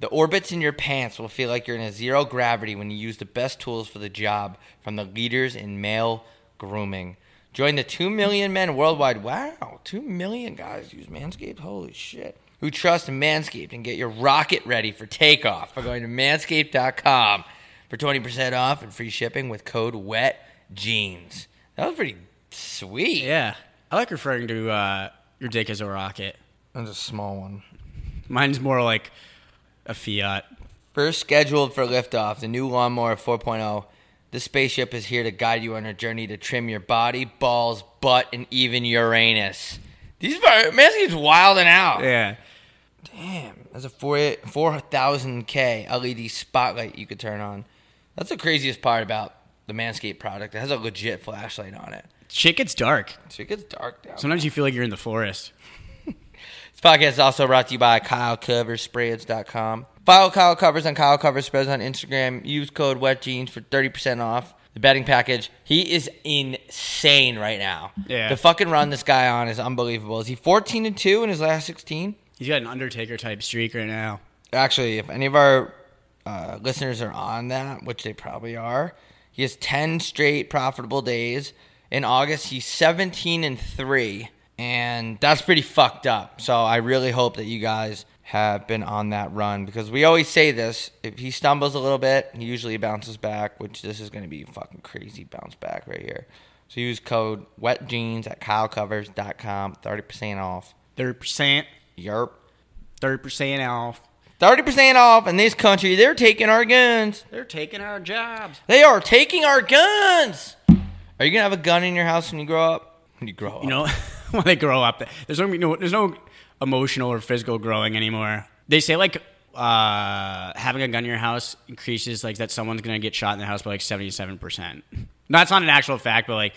[SPEAKER 5] The orbits in your pants will feel like you're in a zero gravity when you use the best tools for the job from the leaders in male grooming. Join the 2 million men worldwide. Wow, 2 million guys use Manscaped? Holy shit. Who trust Manscaped and get your rocket ready for takeoff by going to manscaped.com for 20% off and free shipping with code WETJEANS. That was pretty sweet.
[SPEAKER 6] Yeah, I like referring to uh, your dick as a rocket.
[SPEAKER 5] That's a small one.
[SPEAKER 6] Mine's more like a Fiat.
[SPEAKER 5] First scheduled for liftoff, the new lawnmower 4.0. This spaceship is here to guide you on a journey to trim your body, balls, butt, and even Uranus. These are Manscaped's wilding out.
[SPEAKER 6] Yeah.
[SPEAKER 5] Damn, that's a four four thousand k LED spotlight you could turn on. That's the craziest part about the Manscaped product. It has a legit flashlight on it,
[SPEAKER 6] Shit gets dark.
[SPEAKER 5] so it gets dark down.
[SPEAKER 6] Sometimes you feel like you're in the forest.
[SPEAKER 5] This podcast is also brought to you by KyleCoverspreads.com. Follow Kyle Covers on Kyle Covers Spreads on Instagram. Use code WetJeans for 30% off the betting package. He is insane right now.
[SPEAKER 6] Yeah.
[SPEAKER 5] The fucking run this guy on is unbelievable. Is he 14 and 2 in his last 16?
[SPEAKER 6] He's got an Undertaker type streak right now.
[SPEAKER 5] Actually, if any of our uh, listeners are on that, which they probably are, he has 10 straight profitable days. In August, he's 17 and 3, and that's pretty fucked up. So I really hope that you guys have been on that run because we always say this if he stumbles a little bit, he usually bounces back, which this is going to be a fucking crazy bounce back right here. So use code WetJeans at KyleCovers.com, 30% off.
[SPEAKER 6] Thirty percent,
[SPEAKER 5] Yerp.
[SPEAKER 6] thirty percent off.
[SPEAKER 5] Thirty percent off in this country. They're taking our guns.
[SPEAKER 6] They're taking our jobs.
[SPEAKER 5] They are taking our guns. Are you gonna have a gun in your house when you grow up? When you grow up,
[SPEAKER 6] You know, <laughs> when they grow up, there's no, no there's no emotional or physical growing anymore. They say like uh, having a gun in your house increases like that someone's gonna get shot in the house by like seventy seven percent. That's not an actual fact, but like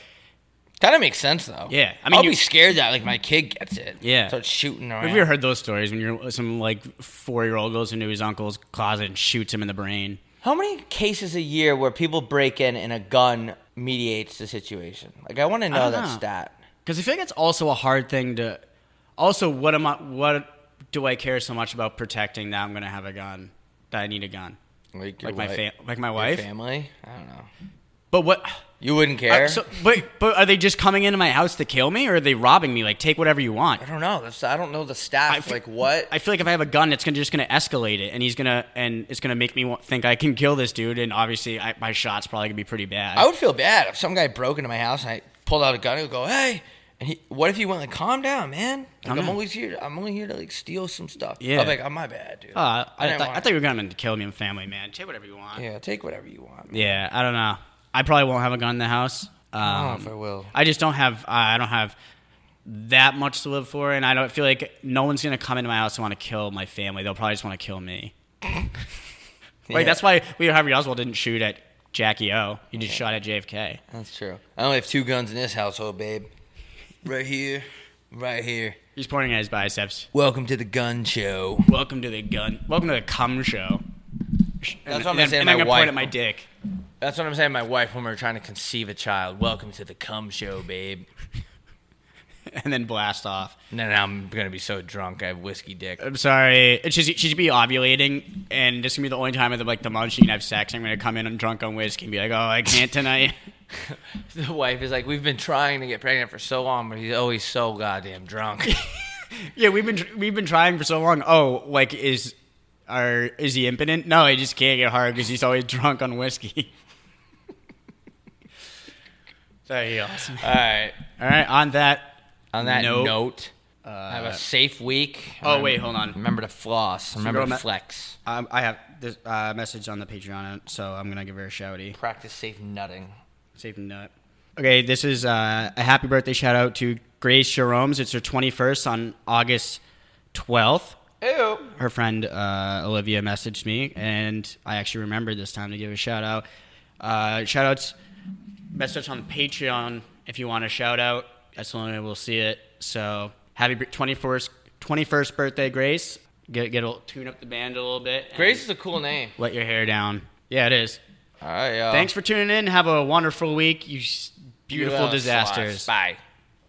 [SPEAKER 5] kind of makes sense though.
[SPEAKER 6] Yeah,
[SPEAKER 5] I
[SPEAKER 6] I
[SPEAKER 5] mean,
[SPEAKER 6] mean,
[SPEAKER 5] I'll
[SPEAKER 6] you-
[SPEAKER 5] be scared that like my kid gets it.
[SPEAKER 6] Yeah.
[SPEAKER 5] starts shooting around.
[SPEAKER 6] Have you ever heard those stories when you're some like four year old goes into his uncle's closet and shoots him in the brain?
[SPEAKER 5] How many cases a year where people break in and a gun mediates the situation? Like, I want to know
[SPEAKER 6] don't
[SPEAKER 5] that
[SPEAKER 6] know.
[SPEAKER 5] stat.
[SPEAKER 6] Because I feel like that's also a hard thing to. Also, what am I? What do I care so much about protecting that I'm gonna have a gun? That I need a gun.
[SPEAKER 5] Like, your
[SPEAKER 6] Like my
[SPEAKER 5] wi-
[SPEAKER 6] fa- like my
[SPEAKER 5] your
[SPEAKER 6] wife.
[SPEAKER 5] family. I don't know.
[SPEAKER 6] But what?
[SPEAKER 5] You wouldn't care.
[SPEAKER 6] Uh, so, but but are they just coming into my house to kill me, or are they robbing me? Like take whatever you want.
[SPEAKER 5] I don't know. That's, I don't know the
[SPEAKER 6] I
[SPEAKER 5] staff.
[SPEAKER 6] fe-
[SPEAKER 5] like what?
[SPEAKER 6] I feel like if I have a gun, it's gonna just gonna escalate it, and he's gonna and it's gonna make me wa- think I can kill this dude, and obviously I, my shot's probably gonna be pretty bad.
[SPEAKER 5] I would feel bad if some guy broke into my house and I pulled out a gun and would go, "Hey," and he, what if he went like, "Calm down, man. Like,
[SPEAKER 6] Calm
[SPEAKER 5] I'm
[SPEAKER 6] down."
[SPEAKER 5] always here. I'm only here to like steal some stuff."
[SPEAKER 6] Yeah.
[SPEAKER 5] I'm like, "Oh my bad, dude."
[SPEAKER 6] Uh, I,
[SPEAKER 5] didn't
[SPEAKER 6] thought,
[SPEAKER 5] want
[SPEAKER 6] I
[SPEAKER 5] it.
[SPEAKER 6] thought you were gonna kill me and family, man. Take whatever you want.
[SPEAKER 5] Yeah, take whatever you want. Man.
[SPEAKER 6] Yeah, I don't know. I probably won't have a gun in the house. Um,
[SPEAKER 5] I don't know if I will.
[SPEAKER 6] I just don't have. I don't have that much to live for, and I don't feel like no one's gonna come into my house and want to kill my family. They'll probably just want to
[SPEAKER 5] <laughs>
[SPEAKER 6] kill me. Right.
[SPEAKER 5] Yeah,
[SPEAKER 6] That's why we Harvey Oswald didn't shoot at Jackie O. He just shot at JFK.
[SPEAKER 5] that's true. I only have two guns in this household, babe. Right here, right here.
[SPEAKER 6] He's pointing at his biceps.
[SPEAKER 5] Welcome to the gun show.
[SPEAKER 6] Welcome to the gun. Welcome to the cum show.
[SPEAKER 5] That's
[SPEAKER 6] and,
[SPEAKER 5] what I'm saying
[SPEAKER 6] and then-
[SPEAKER 5] to
[SPEAKER 6] and
[SPEAKER 5] my
[SPEAKER 6] I'm gonna
[SPEAKER 5] wife.
[SPEAKER 6] point at my dick.
[SPEAKER 5] That's what I'm saying. to My wife, when we were trying to conceive a child, welcome to the cum show, babe.
[SPEAKER 6] and then blast off.
[SPEAKER 5] And then I'm gonna be so drunk, I have whiskey dick.
[SPEAKER 6] I'm sorry. She's she's be ovulating, and this is gonna be the only time of the like the month she can have sex. I'm gonna come in and drunk on whiskey and be like, "Oh, I can't tonight." <laughs>
[SPEAKER 5] The wife is like, "We've been trying to get pregnant for so long, but he's always so goddamn drunk." <laughs>
[SPEAKER 6] yeah, we've been tr- we've been trying for so long. Oh, like is are is he impotent? No, he just can't get hard because he's always <laughs> drunk on whiskey. <laughs> so yeah. Awesome.
[SPEAKER 5] All right.
[SPEAKER 6] All right. On that.
[SPEAKER 5] On that
[SPEAKER 6] Nope. Uh,
[SPEAKER 5] note, have a safe week.
[SPEAKER 6] Oh wait, hold on.
[SPEAKER 5] Remember to floss. Remember
[SPEAKER 6] girl
[SPEAKER 5] to
[SPEAKER 6] ma-
[SPEAKER 5] flex.
[SPEAKER 6] Um, I have this uh, message on the Patreon, so I'm gonna give her a shouty.
[SPEAKER 5] Practice safe nutting.
[SPEAKER 6] Safe and nut. Okay, this is uh, a happy birthday shout out to Grace Jeromes. It's her 21st on August 12th.
[SPEAKER 5] Ew.
[SPEAKER 6] Her friend uh, Olivia messaged me, and I actually remembered this time to give a shout out. Uh, shout outs, message on Patreon if you want a shout out. That's the only way we'll see it. So happy bir- 21st, 21st birthday, Grace. Get, get a, tune up the band a little bit. and
[SPEAKER 5] Grace is a cool name.
[SPEAKER 6] Let your hair down. Yeah, it is.
[SPEAKER 5] All right, y'all.
[SPEAKER 6] Thanks for tuning in. Have a wonderful week, you s- beautiful
[SPEAKER 5] You, uh,
[SPEAKER 6] disasters.
[SPEAKER 5] sloths. Bye.